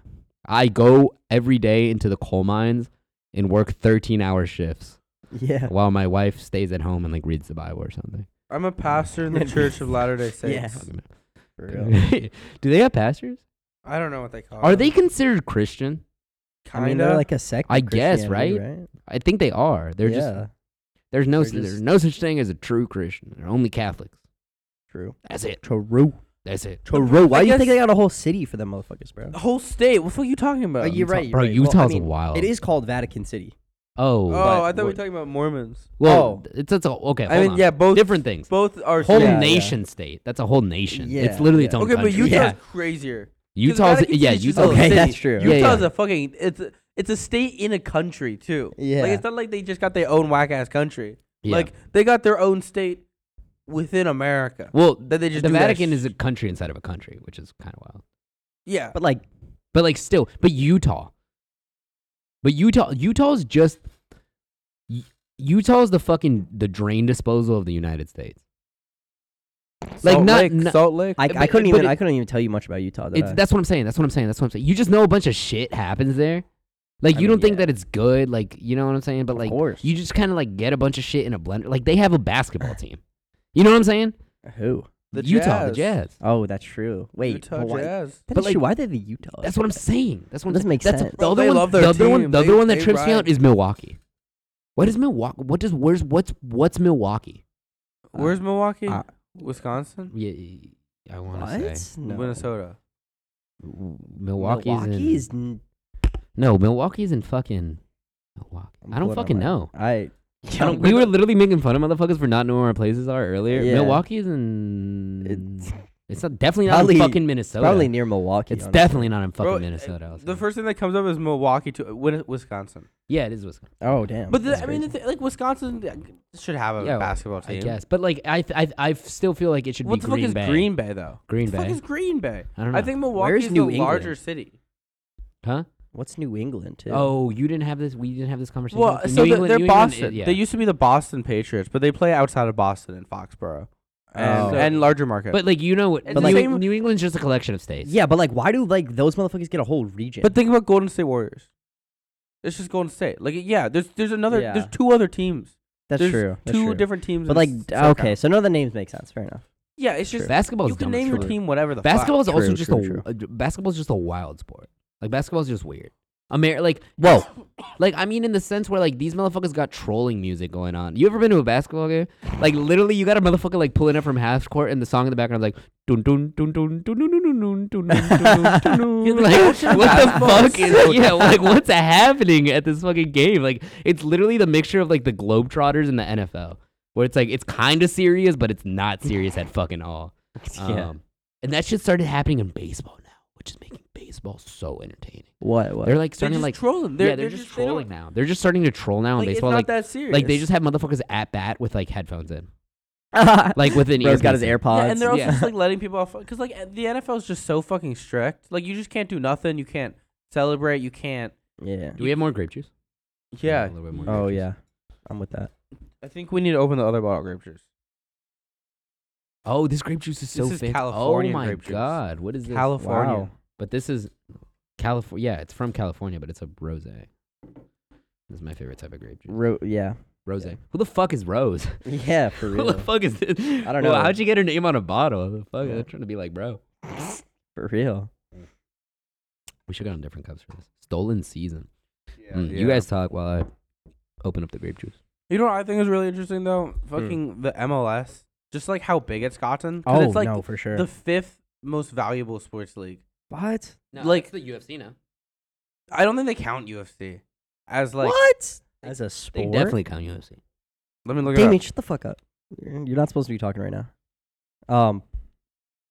S3: I go every day into the coal mines and work thirteen hour shifts (laughs)
S1: Yeah.
S3: while my wife stays at home and like reads the Bible or something.
S2: I'm a pastor in the Church of Latter Day Saints.
S1: Yeah.
S3: Fucking-
S1: For real.
S3: (laughs) Do they have pastors?
S2: I don't know what they call.
S3: Are they
S2: them.
S3: considered Christian?
S1: I mean,
S2: Kinda.
S1: they're like a sect. of
S3: I guess,
S1: Christianity,
S3: right? I think they are. They're
S1: yeah.
S3: just There's no
S1: They're
S3: there's
S1: just-
S3: no such thing as a true Christian. They're only Catholics.
S1: True.
S3: That's it.
S1: True.
S3: That's it.
S1: True. Why
S2: I
S1: do you think
S2: guess-
S1: they got a whole city for them motherfuckers, bro?
S2: the whole state. What the fuck are you talking about?
S1: Oh, you're right. you're
S3: bro,
S1: right.
S3: Utah's
S1: well, I mean,
S3: wild.
S1: It is called Vatican City.
S3: Oh,
S2: Oh,
S3: but-
S2: I thought we were
S3: what-
S2: talking about Mormons.
S3: Well, it's it's a okay.
S2: I
S3: hold
S2: mean,
S3: on.
S2: yeah, both
S3: different things.
S2: Both are
S3: whole
S2: yeah, yeah.
S3: nation state. That's a whole nation.
S1: Yeah,
S3: it's literally its
S1: yeah.
S3: own
S2: Okay, but
S3: country.
S2: Utah's
S3: yeah.
S2: crazier. 'Cause
S3: Utah's
S2: Vatican
S3: yeah,
S2: City's just
S3: Utah's
S2: a
S1: Okay,
S2: city.
S1: that's true.
S3: Yeah,
S2: Utah's
S3: yeah.
S2: a fucking it's a, it's a state in a country too.
S1: Yeah.
S2: like it's not like they just got their own whack ass country.
S3: Yeah.
S2: Like they got their own state within America.
S3: well,
S2: that they just
S3: the
S2: do that
S3: Vatican
S2: sh-
S3: is a country inside of a country, which is kind of wild.
S2: yeah,
S1: But like,
S3: But like still, but Utah. But Utah Utah's just U- Utah's the fucking the drain disposal of the United States. Like
S2: Salt
S3: not,
S2: Lake,
S3: not-
S2: Salt Lake.
S1: I, I
S3: But-
S1: couldn't
S3: but
S1: even
S3: it-
S1: I couldn't even tell you much about Utah. Did
S3: it's
S1: I?
S3: that's what I'm saying. That's what I'm saying. That's what I'm saying. You just know a bunch of shit happens there. Like
S1: I
S3: you
S1: mean,
S3: don't think
S1: yeah.
S3: that it's good, like you know what I'm saying? But
S1: Of
S3: like
S1: course.
S3: you just kinda like get a bunch of shit in a blender. Like they have a basketball team. You know what I'm saying?
S1: who?
S2: The
S3: Utah, the
S2: Jazz.
S3: Jazz.
S1: Oh, that's true. Wait,
S2: Utah
S1: but why-
S2: Jazz.
S1: That
S3: But
S1: is
S3: like-
S1: true. Why are they the Utah?
S3: That's what I'm saying. That's what I'm
S1: Doesn't
S3: saying.
S1: make
S3: That's
S1: sense.
S3: The
S2: Bro,
S3: other
S2: they
S3: one,
S2: love
S3: the
S2: their
S3: other one,
S2: team.
S3: the other
S2: They-
S3: one that
S2: they
S3: trips me out
S2: ride.
S3: is Milwaukee. What is Milwaukee? What does where's what's what's Milwaukee?
S2: Where's Milwaukee?
S1: uh,
S2: Wisconsin,
S3: Yeah, I want to
S1: What?
S3: say
S1: No.
S2: Minnesota.
S3: Milwaukee's
S1: Milwaukee
S3: in
S1: is. n-
S3: no Milwaukee's in fucking Milwaukee.
S1: I'm
S3: I don't
S1: pulling up
S3: fucking
S1: my-
S2: (laughs)
S3: know.
S1: I.
S3: I don't- we were literally making fun of motherfuckers for not knowing where our places are earlier.
S1: Yeah.
S3: Milwaukee is in.
S1: It's
S3: It's, not definitely not
S1: Probably-
S3: in fucking Minnesota.
S1: probably near Milwaukee.
S3: It's
S1: honestly.
S3: definitely not in fucking
S2: Bro, uh,
S3: Minnesota. I was
S2: The
S3: thinking.
S2: first thing that comes up is Milwaukee to Win- Wisconsin.
S3: yeah, it is Wisconsin.
S1: Oh damn.
S2: But the,
S1: that's
S2: I mean, the
S1: crazy.
S2: th- like Wisconsin uh, should have a
S3: Yeah,
S2: basketball team.
S3: I guess, but like I, th- I, th- I still feel like it should
S2: What
S3: be
S2: the
S3: Green
S2: fuck is
S3: Bay.
S2: Green Bay though?
S3: Green
S2: What the
S3: Bay.
S2: fuck is Green Bay?
S3: I don't know.
S2: I think Milwaukee
S1: Where's
S2: is
S1: New
S2: the larger
S1: England?
S2: city.
S3: huh?
S1: what's New England too?
S3: Oh, you didn't have this. We didn't have this conversation.
S2: Well,
S3: New
S2: so
S3: England-
S2: they're
S3: New England,
S2: Boston.
S3: uh, yeah.
S2: They used to be the Boston Patriots, but they play outside of Boston in Foxborough and,
S1: Oh.
S2: and larger market.
S3: but like you know what?
S2: It's
S3: New,
S1: the
S2: same-
S3: New England's just a collection of states.
S1: Yeah, but like, why do like those motherfuckers get a whole region?
S2: but think about Golden State Warriors. It's just Golden State. Like yeah, there's there's another
S1: Yeah.
S2: there's two other teams.
S1: that's
S2: there's
S1: true. That's
S2: two
S1: true.
S2: different teams.
S1: But
S2: in
S1: like,
S2: S-
S1: d-
S2: SoCal.
S1: okay, so none of the names make sense. Fair enough.
S2: Yeah, it's just
S3: basketball's
S2: you can
S3: dumb as
S2: name your
S3: fuck.
S2: team whatever the
S3: Basketball
S2: fuck.
S3: is also
S1: True,
S3: just
S1: true,
S3: a
S1: true.
S3: uh, basketball's just a wild sport. Like basketball's just weird. Amer like whoa, like I mean in the sense where like these motherfuckers got trolling music going on. You ever been to a basketball game? Like literally, you got a motherfucker like pulling up from half court, and the song in the background is like dun dun dun dun dun dun dun dun dun dun dun dun dun dun. Like what the fuck is (laughs) yeah? Like what's happening at this fucking game? Like it's literally the mixture of like the Globetrotters and the NFL, where it's like it's kind of serious, but it's not serious at fucking all.
S1: Yeah.
S3: (laughs) Um, and that shit started happening in baseball now, which is making baseball so entertaining.
S1: What? What?
S3: They're like
S2: They're
S3: starting
S2: just
S3: to like
S2: trolling.
S3: yeah, they're, just,
S2: they don't-
S3: trolling now. They're just starting to troll now
S2: Like,
S3: in
S2: it's
S3: baseball.
S2: not
S3: like,
S2: that serious.
S3: like they just have motherfuckers at bat with like headphones in,
S1: (laughs) like,
S3: like with an
S1: bro's got his
S3: earpiece in.
S1: AirPods.
S2: Yeah, and they're also
S3: Yeah.
S2: just like letting people off because like the NFL is just so fucking strict. Like you just can't do nothing. You can't celebrate. You can't.
S1: (laughs) yeah.
S3: Do we have more grape juice?
S2: Yeah,
S3: A little bit more
S1: Oh
S3: grape juice.
S1: yeah, I'm with that.
S2: I think we need to open the other bottle of grape juice.
S3: Oh, this grape juice is so
S2: This is
S3: fancy. Oh
S2: California
S3: my
S2: grape juice.
S3: god, what is this?
S2: California.
S1: Wow.
S3: But this is California. Yeah, it's from California, but it's a rosé. This is my favorite type of grape
S2: (laughs)
S3: juice.
S1: Ro- yeah,
S3: Rose. Who the fuck is Rose?
S1: Yeah, for
S3: (laughs) Who the
S1: real.
S3: fuck is this?
S1: I don't
S3: Well,
S1: know.
S3: how'd you get her name on a bottle? The fuck? I'm trying to be like, bro.
S1: For real.
S3: We should get on different cups for this. Stolen season. Mm, You guys talk while I open up the grape juice.
S2: You know what I think is really interesting though?
S1: Hmm.
S2: Fucking the MLS. Just like how big it's gotten.
S1: Oh
S2: 'Cause it's like
S1: no, for sure.
S2: the fifth most valuable sports league.
S1: what?
S3: No,
S2: Like-
S3: the UFC now.
S2: I don't think they count UFC as like.
S1: what? As a
S3: They
S1: sport?
S3: definitely count UFC.
S2: Let me look
S1: Damien,
S2: it up.
S1: shut the fuck up. You're not supposed to be talking right now. Um.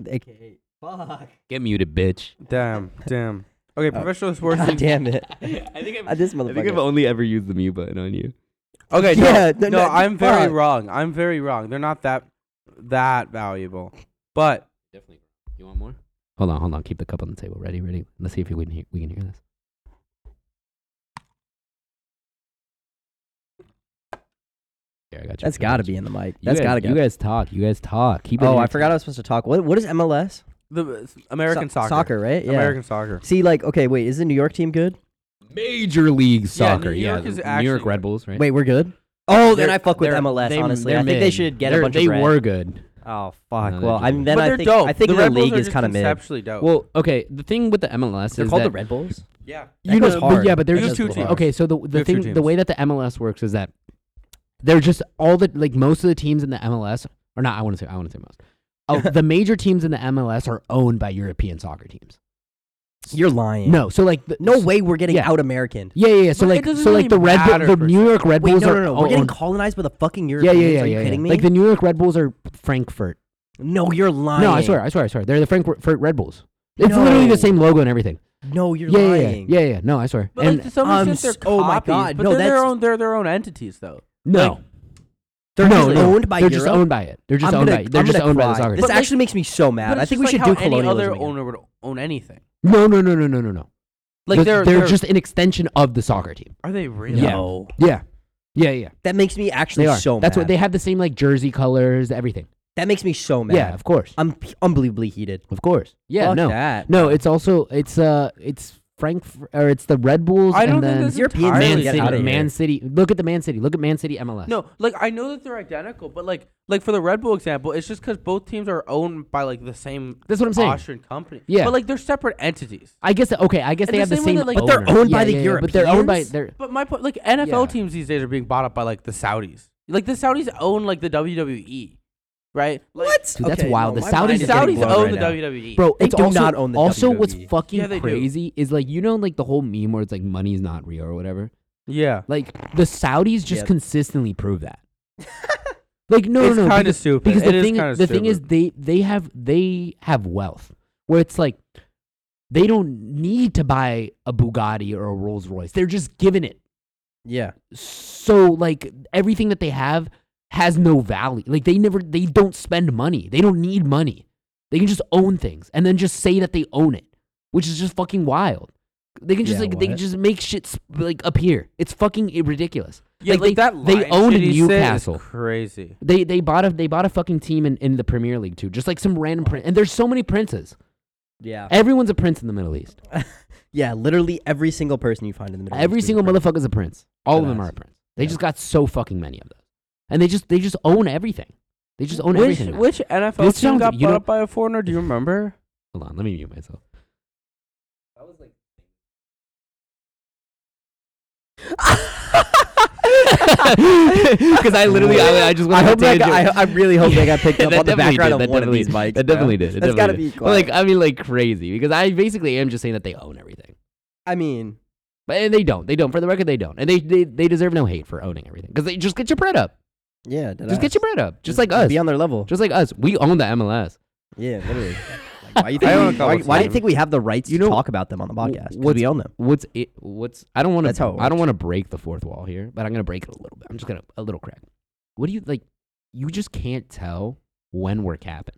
S1: AKA. Fuck.
S3: Get muted, bitch.
S2: Damn, damn. Okay,
S1: Uh, (laughs)
S2: professional sports.
S1: God
S2: league-
S1: damn it.
S3: (laughs) I think
S1: Uh, this motherfucker.
S3: only ever used the mute button on you.
S2: Okay,
S1: (laughs)
S2: no,
S1: Yeah, no,
S2: no,
S1: no,
S2: I'm very
S1: fuck.
S2: wrong. I'm very wrong. They're not that that valuable. But
S3: Definitely. You want more? Hold on, hold on. Keep the cup on the table. Ready, ready. Let's see if we can hear, we can hear this. Here, I got you.
S1: That's
S3: I got
S1: gotta
S3: you.
S1: be in the mic.
S3: You
S1: That's
S3: guys,
S1: gotta go.
S3: You guys talk. You guys talk. Keep it
S1: oh, I
S3: entertaining.
S1: forgot I was supposed to talk. What What is MLS?
S2: the American
S1: So-
S2: soccer,
S1: Soccer, right? Yeah.
S2: American soccer.
S1: See, like, okay, wait, is the New York team good?
S3: Major League Soccer.
S2: New
S3: Yeah,
S2: York is
S3: the New
S2: actually-
S3: York Red Bulls, right?
S1: Wait, we're good. Oh, then
S3: They're-
S1: I fuck with
S3: they're-
S1: MLS.
S3: they-
S1: honestly, I
S3: they're
S1: think they
S3: mid.
S1: should get
S3: They're-
S1: a bunch
S3: they
S1: of bread.
S3: were good.
S1: Oh
S3: No,
S1: fuck.
S3: they're
S1: well,
S3: just
S1: I'm
S3: good.
S1: then
S2: but
S1: I
S2: they're
S1: think
S2: dope.
S1: I think
S2: the
S1: the,
S2: Red Bulls
S1: league
S2: are
S1: is
S2: just
S1: kind of mid.
S2: conceptually dope.
S3: Well, okay. The thing with the MLS
S1: They're
S3: is
S1: called
S3: that
S1: the Red Bulls.
S2: yeah.
S1: That goes hard.
S3: but yeah, but
S1: That
S3: there's
S2: goes
S3: just
S2: two teams.
S3: Okay, so the
S2: We
S3: the
S2: have two
S3: thing, the
S2: teams.
S3: way that the MLS works is that they're just all the like most of the teams in the MLS, or not. I want to say I want to say most. Oh, the major teams in the MLS are owned by European soccer teams.
S1: You're lying.
S3: No, so like the,
S1: no way. We're getting
S3: Yeah.
S1: out American.
S3: Yeah, yeah, yeah. So
S2: But it
S3: like,
S2: doesn't
S3: so like the
S2: really
S3: Red,
S2: matter
S3: Bull, the
S2: per
S3: New
S2: se.
S3: York Red
S1: Wait,
S3: Bulls
S1: no,
S3: are
S1: no, no. We're
S3: all
S1: getting
S3: owned-
S1: colonized by the fucking
S3: yeah,
S1: Europeans.
S3: yeah, yeah,
S1: Are you
S3: yeah,
S1: kidding
S3: yeah.
S1: me?
S3: Like the New York Red Bulls are Frankfurt.
S1: no, you're lying.
S3: No, I swear, I swear, I swear. They're the Frankfurt Red Bulls. It's
S1: No.
S3: literally the same logo and everything.
S1: No, you're
S3: yeah, yeah,
S1: lying.
S3: yeah, yeah, yeah. No, I swear.
S2: But
S3: and
S2: like to some
S1: um,
S2: extent, they're
S1: s- oh my
S2: copies,
S1: God,
S2: But
S1: no,
S2: they're their
S1: that's-
S2: own. They're their own entities, though.
S3: no,
S1: They're
S3: no,
S1: just
S3: no.
S1: owned by
S3: They're
S1: Europe.
S3: just owned by it. They're just
S1: I'm
S3: owned
S1: gonna-
S3: by. They're
S1: I'm
S3: just
S1: gonna
S3: owned by
S1: cry.
S3: the soccer.
S1: This
S2: But like-
S1: actually makes me so
S2: But
S1: mad. I
S2: it's
S1: think we
S2: just
S1: should
S2: like
S1: do
S2: how any
S1: colonialism.
S2: other
S1: again.
S2: owner would own anything.
S3: No, no, no, no, no, no, no.
S2: Like
S3: Th-
S2: they're,
S3: they're, just an extension of the soccer team.
S2: are they really?
S1: No,
S3: Yeah, yeah, yeah.
S1: that makes me
S3: They
S1: actually
S3: are.
S1: so.
S3: That's
S1: mad.
S3: what they have the same like jersey colors, everything.
S1: That makes me so mad.
S3: Yeah, of course,
S1: I'm p- unbelievably heated.
S3: of course. Yeah,
S1: Fuck
S3: no,
S1: that.
S3: no. It's also it's uh it's Frank or it's the Red Bulls.
S2: I don't
S3: and
S2: think
S3: then
S2: this is
S1: European Man
S2: entirely
S3: Man
S1: Ireland, get
S3: City.
S1: outta
S2: true.
S1: here.
S3: Man City. Look at the Man City. Look at Man City MLS.
S2: No, like I know that they're identical, but like like for the Red Bull example, it's just because both teams are owned by like the same.
S3: That's what I'm saying.
S2: Austrian company.
S3: Yeah.
S2: but like they're separate entities.
S3: I guess that, okay. I guess
S2: And
S3: they
S2: the
S3: have the
S2: same way
S3: same.
S2: that, like- But
S1: they're
S3: owner.
S1: owned by
S3: Yeah,
S1: the
S3: yeah, yeah, But they're owned by
S1: Europeans?
S3: they're.
S2: But my point, like NFL
S3: Yeah.
S2: teams these days are being bought up by like the Saudis. Like the Saudis own like the WWE, right? Like,
S1: What?
S3: Dude, that's
S1: Okay,
S3: wild.
S1: no,
S3: The
S1: my
S3: Saudis-
S2: The
S1: mind is getting
S2: Saudis
S1: blown
S2: own
S1: right
S2: the E.
S1: now.
S2: WWE.
S3: Bro,
S1: They
S3: it's
S1: do
S3: also,
S1: not own the
S3: also what's
S1: WWE.
S3: fucking
S2: Yeah, they do.
S3: crazy is like you know like the whole meme where it's like money's not real or whatever.
S2: Yeah,
S3: Like the Saudis just
S1: Yeah.
S3: consistently prove that. like no,
S2: it's
S3: no, no,
S2: kind of
S3: because,
S2: stupid.
S3: because
S2: It
S3: the
S2: is
S3: thing,
S2: kinda
S3: the thing is,
S2: stupid.
S3: they they have they have wealth where it's like they don't need to buy a Bugatti or a Rolls Royce. They're just given it.
S1: Yeah.
S3: So like everything that they have has no value. Like they never they don't spend money. They don't need money. They can just own things and then just say that they own it, which is just fucking wild. They can just
S1: Yeah,
S3: like they can
S1: what?
S3: just make shit sp- like appear. It's fucking i- ridiculous.
S2: yeah, like,
S3: they,
S2: that.
S3: they
S2: Lion
S3: owned
S2: shit he said is
S3: Newcastle.
S2: Crazy.
S3: They they bought a they bought a fucking team in, in the Premier League too. Just like some random prince. And there's so many princes.
S1: Yeah.
S3: Everyone's a prince in the Middle East.
S1: Yeah, literally every single person you find in the middle.
S3: Every single motherfucker's a prince. All of them
S1: Badass.
S3: are a prince. They
S1: Yeah.
S3: just got so fucking many of those. And they just they just own everything. They just own
S2: Which
S3: everything. now.
S2: which NFL
S3: This
S2: team
S3: sounds-
S2: got
S3: you
S2: bought
S3: know-
S2: up by a foreigner? Do you remember?
S3: Hold on, let me mute myself. (laughs) Because I literally, I, I just went
S1: I
S3: on a
S1: hope that got-
S3: tangent.
S1: I- I really hope they got picked up
S3: (laughs) That
S1: on the
S3: definitely
S1: background
S3: did,
S1: of
S3: that
S1: one of
S3: definitely-
S1: these mics,
S3: That
S1: bro.
S3: definitely did. It
S1: That's gotta
S3: definitely
S1: be
S3: did. But, Like I mean, like crazy because I basically am just saying that they own everything,
S1: I mean,
S3: but and they don't. They don't. For the record, they don't, and they they, they deserve no hate for owning everything because they just get your bread up.
S1: yeah. dead
S3: Just get
S1: ass.
S3: your bread up, just like us.
S1: Be on their level.
S3: Just like us, we own the MLS.
S1: Yeah,
S3: (laughs)
S1: literally. Like, why you
S2: I own a
S1: think,
S2: couple
S1: why, why do you
S2: teams.
S1: think we have the rights
S3: You
S1: to
S3: know-
S1: talk about them on the podcast? 'Cause
S3: what's-
S1: we own them.
S3: What's it? What's I don't want
S1: That's how
S3: to.
S1: it
S3: I
S1: works.
S3: don't want to break the fourth wall here, but I'm gonna break it a little bit. I'm just gonna a little crack. What do you like? You just can't tell when we're capping.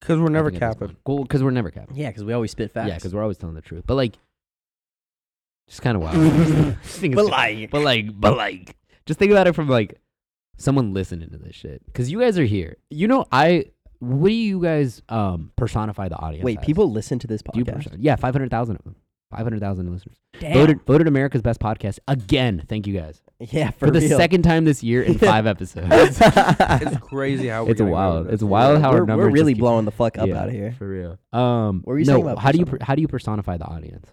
S2: Because we're
S3: I
S2: never
S3: think at this
S2: capping.
S3: point. Well, because we're never capping.
S1: Yeah, because we always spit
S3: Yeah,
S1: facts.
S3: because we're always telling the truth. But like, just kind
S1: (laughs)
S3: of wild. Just think
S1: But
S3: it's just-
S1: like-
S3: but like, but like, just think about it from like someone listening to this shit. Because you guys are here. You know, I. What do you guys um personify the audience?
S1: wait,
S3: as?
S1: people listen to this
S3: Do you
S1: podcast.
S3: person- yeah, five hundred thousand of them. 500,000 listeners.
S1: Damn.
S3: Voted voted America's best podcast again. Thank you guys.
S1: (laughs) yeah, for,
S3: For, the
S1: real. (laughs)
S3: second time this year in 5 episodes.
S2: It's crazy
S3: (laughs)
S2: how we're
S3: It's
S2: getting
S3: wild.
S2: noticed.
S3: It's wild how our
S1: we're,
S3: numbers
S1: we're
S3: just
S1: really
S3: keep-
S1: blowing the fuck up
S3: Yeah,
S1: out of here.
S3: for real. Um,
S1: What were you
S3: no,
S1: saying about
S3: how do you per,
S1: persona?
S3: how do you personify the audience?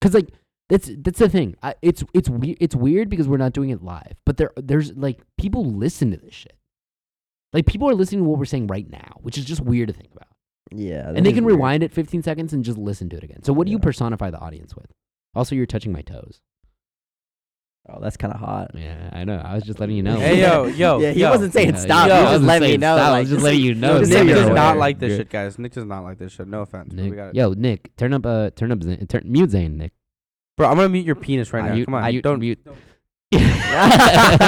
S3: Because like that's that's the thing. I, it's it's weird. It's weird because we're not doing it live, but there there's like people listen to this shit. Like people are listening to what we're saying right now, which is just weird to think about.
S1: Yeah, that
S3: and they
S1: is
S3: can
S1: weird.
S3: rewind it 15 seconds and just listen to it again. So what do you
S1: Yeah.
S3: personify the audience with? Also, you're touching my toes.
S1: Oh, that's kind of hot.
S3: Yeah, I know. I was just letting you know.
S2: Hey
S3: (laughs)
S2: yo,
S1: (laughs)
S2: yo,
S1: yeah, he
S2: yo.
S1: wasn't saying
S3: Yeah,
S1: stop.
S2: yo.
S1: he
S2: I
S1: was just
S3: wasn't
S1: letting me
S3: saying
S1: know.
S3: stop, I
S1: like,
S3: was just
S1: just-
S3: letting you know.
S1: just
S3: Nick
S1: so
S2: Nick
S1: you're
S2: does not
S1: aware.
S2: like this
S3: You're-
S2: shit, guys. Nick does not like this shit. No offense. but
S3: Nick,
S2: we got
S3: yo, Nick, turn up, uh, turn up, Zane, turn, mute Zane, Nick.
S2: Bro, I'm gonna mute your penis right
S3: I
S2: now.
S3: mute-
S2: Come on,
S3: I
S2: you
S3: mute-
S2: don't.
S3: mute. (laughs)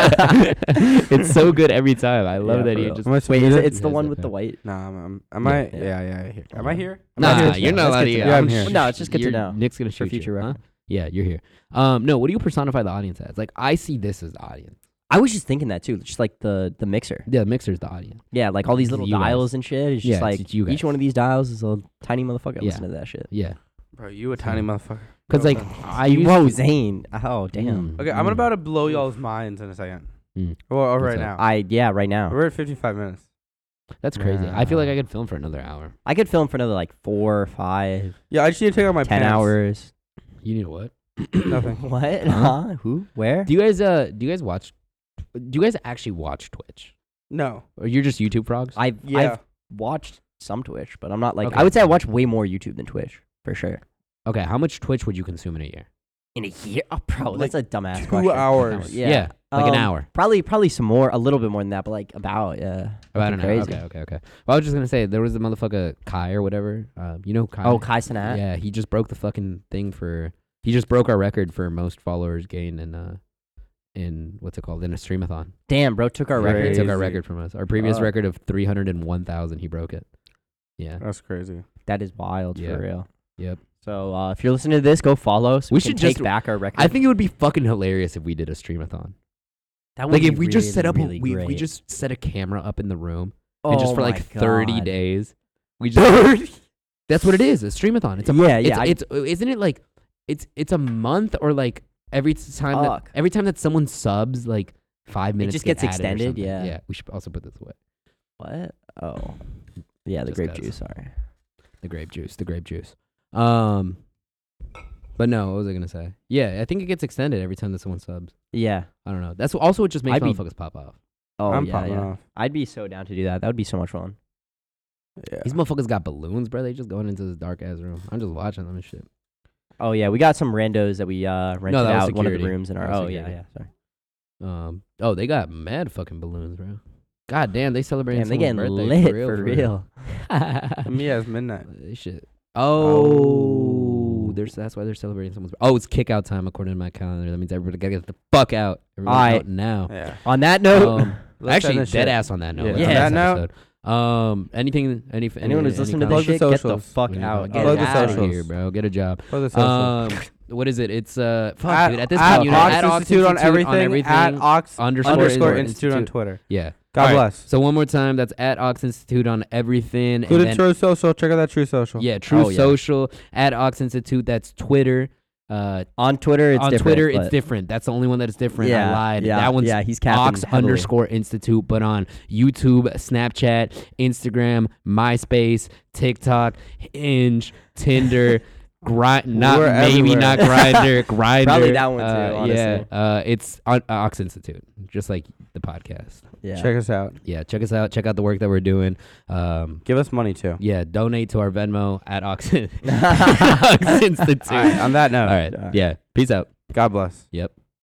S3: it's so good every time. I love
S1: Yeah,
S3: that
S1: for
S3: he
S1: real.
S3: just.
S2: Am I still
S1: Wait, is
S2: muted?
S1: it, it's the
S3: Yeah,
S1: one
S3: it's
S1: with the
S3: okay.
S1: white.
S2: Nah, I'm. I'm am
S3: Yeah,
S2: I?
S1: yeah.
S2: Yeah, yeah. here. Am I here? Am I
S3: Nah,
S2: here?
S3: you're not
S1: Let's
S3: allowed
S1: get
S3: to.
S1: to
S2: that. Yeah, I'm
S3: I'm
S2: here.
S3: sh-
S1: No, it's just good to
S3: you're-
S1: know.
S3: Nick's gonna
S1: For
S3: shoot
S1: future
S3: you, huh?
S1: reference.
S3: Yeah, you're here. Um, no, what do you personify the audience as? Like, I see this as the audience.
S1: I was just thinking that too. Just like the the mixer.
S3: Yeah, the mixer's the audience.
S1: Yeah, like all these little
S3: You guys.
S1: dials and shit. It's
S3: Yeah,
S1: just
S3: it's
S1: like
S3: just you
S1: each
S3: guys.
S1: one of these dials is a tiny motherfucker.
S3: Yeah.
S1: Listen to that shit.
S3: Yeah,
S2: Bro, you a tiny motherfucker.
S3: because like I used
S1: Whoa,
S3: to-
S1: Zane. Oh, damn.
S3: Mm,
S2: Okay, I'm
S3: mm,
S2: about to blow y'all's minds in a second.
S3: Mm.
S2: Well, or
S3: What's
S2: right
S3: up?
S2: now.
S1: I yeah, right now.
S2: We're at 55 minutes.
S3: That's crazy. I feel like
S2: Nah.
S3: I could film for another hour.
S1: I could film for another like four, five,
S2: Yeah, I just need to take out my
S1: ten
S2: pants.
S1: hours.
S3: You need what? (laughs)
S2: Nothing.
S1: What?
S3: Huh?
S1: Huh? Who? Where?
S3: (clears throat) Do you guys uh? Do you guys watch? Do you guys actually watch Twitch?
S2: No.
S3: Or you're just YouTube frogs?
S1: I've
S2: Yeah.
S1: I've watched some Twitch, but I'm not like
S3: Okay.
S1: I would say I watch way more YouTube than Twitch for sure.
S3: okay, how much Twitch would you consume in a year?
S1: In a year, oh, bro, that's a dumbass
S2: two
S1: question. (laughs)
S2: hours.
S1: Yeah.
S3: yeah like an
S1: Um,
S3: hour.
S1: Probably, probably some more, a little bit more than that, but like about yeah.
S3: About an
S1: Fucking
S3: hour.
S1: crazy.
S3: Okay, okay, okay. Well, I was just gonna say there was a motherfucker Kai or whatever. Um, you know Kai.
S1: Oh, Kai Cenat.
S3: Yeah, he just broke the fucking thing for. He just broke our record for most followers gained in uh, in what's it called in a streamathon.
S1: Damn, bro, took our
S3: He
S1: record. Oh.
S3: took
S2: Crazy.
S3: our record from us. Our previous
S2: Fuck.
S3: record of three hundred and one thousand. He broke it. Yeah.
S2: That's crazy.
S1: That is wild
S3: Yeah.
S1: for real.
S3: Yep.
S1: So uh, if you're listening to this, go follow. So
S3: We
S1: we, can
S3: should
S1: take
S3: just-
S1: back our record.
S3: I think it would be fucking hilarious if we did a streamathon.
S1: that would
S3: Like if
S1: be
S3: we just
S1: really,
S3: set up, a-
S1: really
S3: we we
S1: great.
S3: just set a camera up in the room and just
S1: Oh
S3: for
S1: my
S3: like thirty
S1: God.
S3: days,
S1: (laughs)
S3: we just that's what it is. A streamathon. It's a
S1: Yeah, yeah,
S3: It's,
S1: I-
S3: it's uh, isn't it like it's it's a month or like every t- time that,
S1: Fuck.
S3: every time that someone subs like five minutes
S1: just
S3: get
S1: gets
S3: added or
S1: extended,
S3: something.
S1: yeah.
S3: yeah. We should also put this away.
S1: What? Oh, yeah, the
S3: Just
S1: grape
S3: cause.
S1: juice. Sorry.
S3: The grape juice. The grape juice. Um, but no, what was I gonna say? Yeah, I think it gets extended every time that someone subs.
S1: Yeah.
S3: I don't know. That's also what just makes
S1: I'd be-
S3: motherfuckers pop off.
S1: Oh
S2: I'm
S1: yeah,
S2: popping
S1: yeah.
S2: off.
S1: I'd be so down to do that. That would be so much fun.
S2: Yeah.
S3: These motherfuckers got balloons, bro. They just going into this dark ass room. I'm just watching them and shit.
S1: Oh yeah, we got some randos that we uh rented
S3: that was
S1: out one of the
S3: security.
S1: rooms in our.
S3: That was
S1: Oh yeah,
S3: security.
S1: yeah. Sorry.
S3: Um, oh, they got mad fucking balloons, bro. God damn, they celebrating.
S1: Damn, they getting
S3: someone's birthday
S1: lit for real. (laughs)
S2: For me, (laughs) yeah, it's midnight.
S3: Uh, Shit. Oh, there's that's why they're celebrating someone's. Oh, it's kick out time according to my calendar. That means everybody gotta get the fuck out. Everyone
S1: Alright.
S3: out now.
S2: Yeah.
S1: On that note,
S3: Um,
S2: (laughs) Let's
S3: actually,
S2: end this shit.
S3: dead ass on that note.
S2: Yeah.
S3: Let's
S1: Yeah.
S3: end
S1: That
S3: this
S2: note.
S3: episode. Um, anything, any,
S1: (laughs) anyone
S3: any,
S1: who's
S3: any
S1: listening to
S3: comments?
S1: this shit, get the
S2: socials.
S1: fuck
S3: Any
S1: out.
S3: comments?
S1: Get
S2: Plug the
S1: out
S2: socials.
S3: here, bro. Get a job.
S2: For the socials.
S3: Um, what is it? It's uh, fuck,
S2: at,
S3: dude. At this
S2: at
S3: point, you know,
S2: Ox
S3: at Ox
S2: Institute on everything. At
S3: everything, uh,
S2: Ox
S3: underscore,
S2: underscore Institute on Twitter.
S3: Yeah.
S2: God
S3: Alright,
S2: bless.
S3: So one more time, that's at Ox Institute on everything. and
S2: Go to
S3: then
S2: True Social. Check out that True Social.
S3: Yeah, True
S1: Oh, yeah.
S3: Social at Ox Institute. That's Twitter. Uh,
S1: On Twitter, it's
S3: on
S1: different,
S3: Twitter, it's
S1: but-
S3: different. That's the only one that is different.
S1: Yeah,
S3: I lied.
S1: yeah,
S3: that one's
S1: yeah, he's capping
S3: Ox
S1: heavily.
S3: underscore Institute. But on YouTube, Snapchat, Instagram, MySpace, TikTok, Hinge,
S1: (laughs)
S3: Tinder. Grind, not
S2: We're
S3: maybe
S2: everywhere.
S3: not grinder, grinder.
S1: Probably that one too,
S3: Uh, yeah,
S1: honestly.
S3: uh, it's on Ox Institute, just like the podcast.
S1: Yeah.
S2: Check us out.
S3: Yeah, check us out. Check out the work that we're doing. Um,
S2: Give us money too.
S3: yeah, donate to our Venmo at Ox,
S2: (laughs)
S3: Ox Institute.
S2: All right, on that note.
S3: All right. Yeah. Peace out.
S2: God bless.
S3: Yep.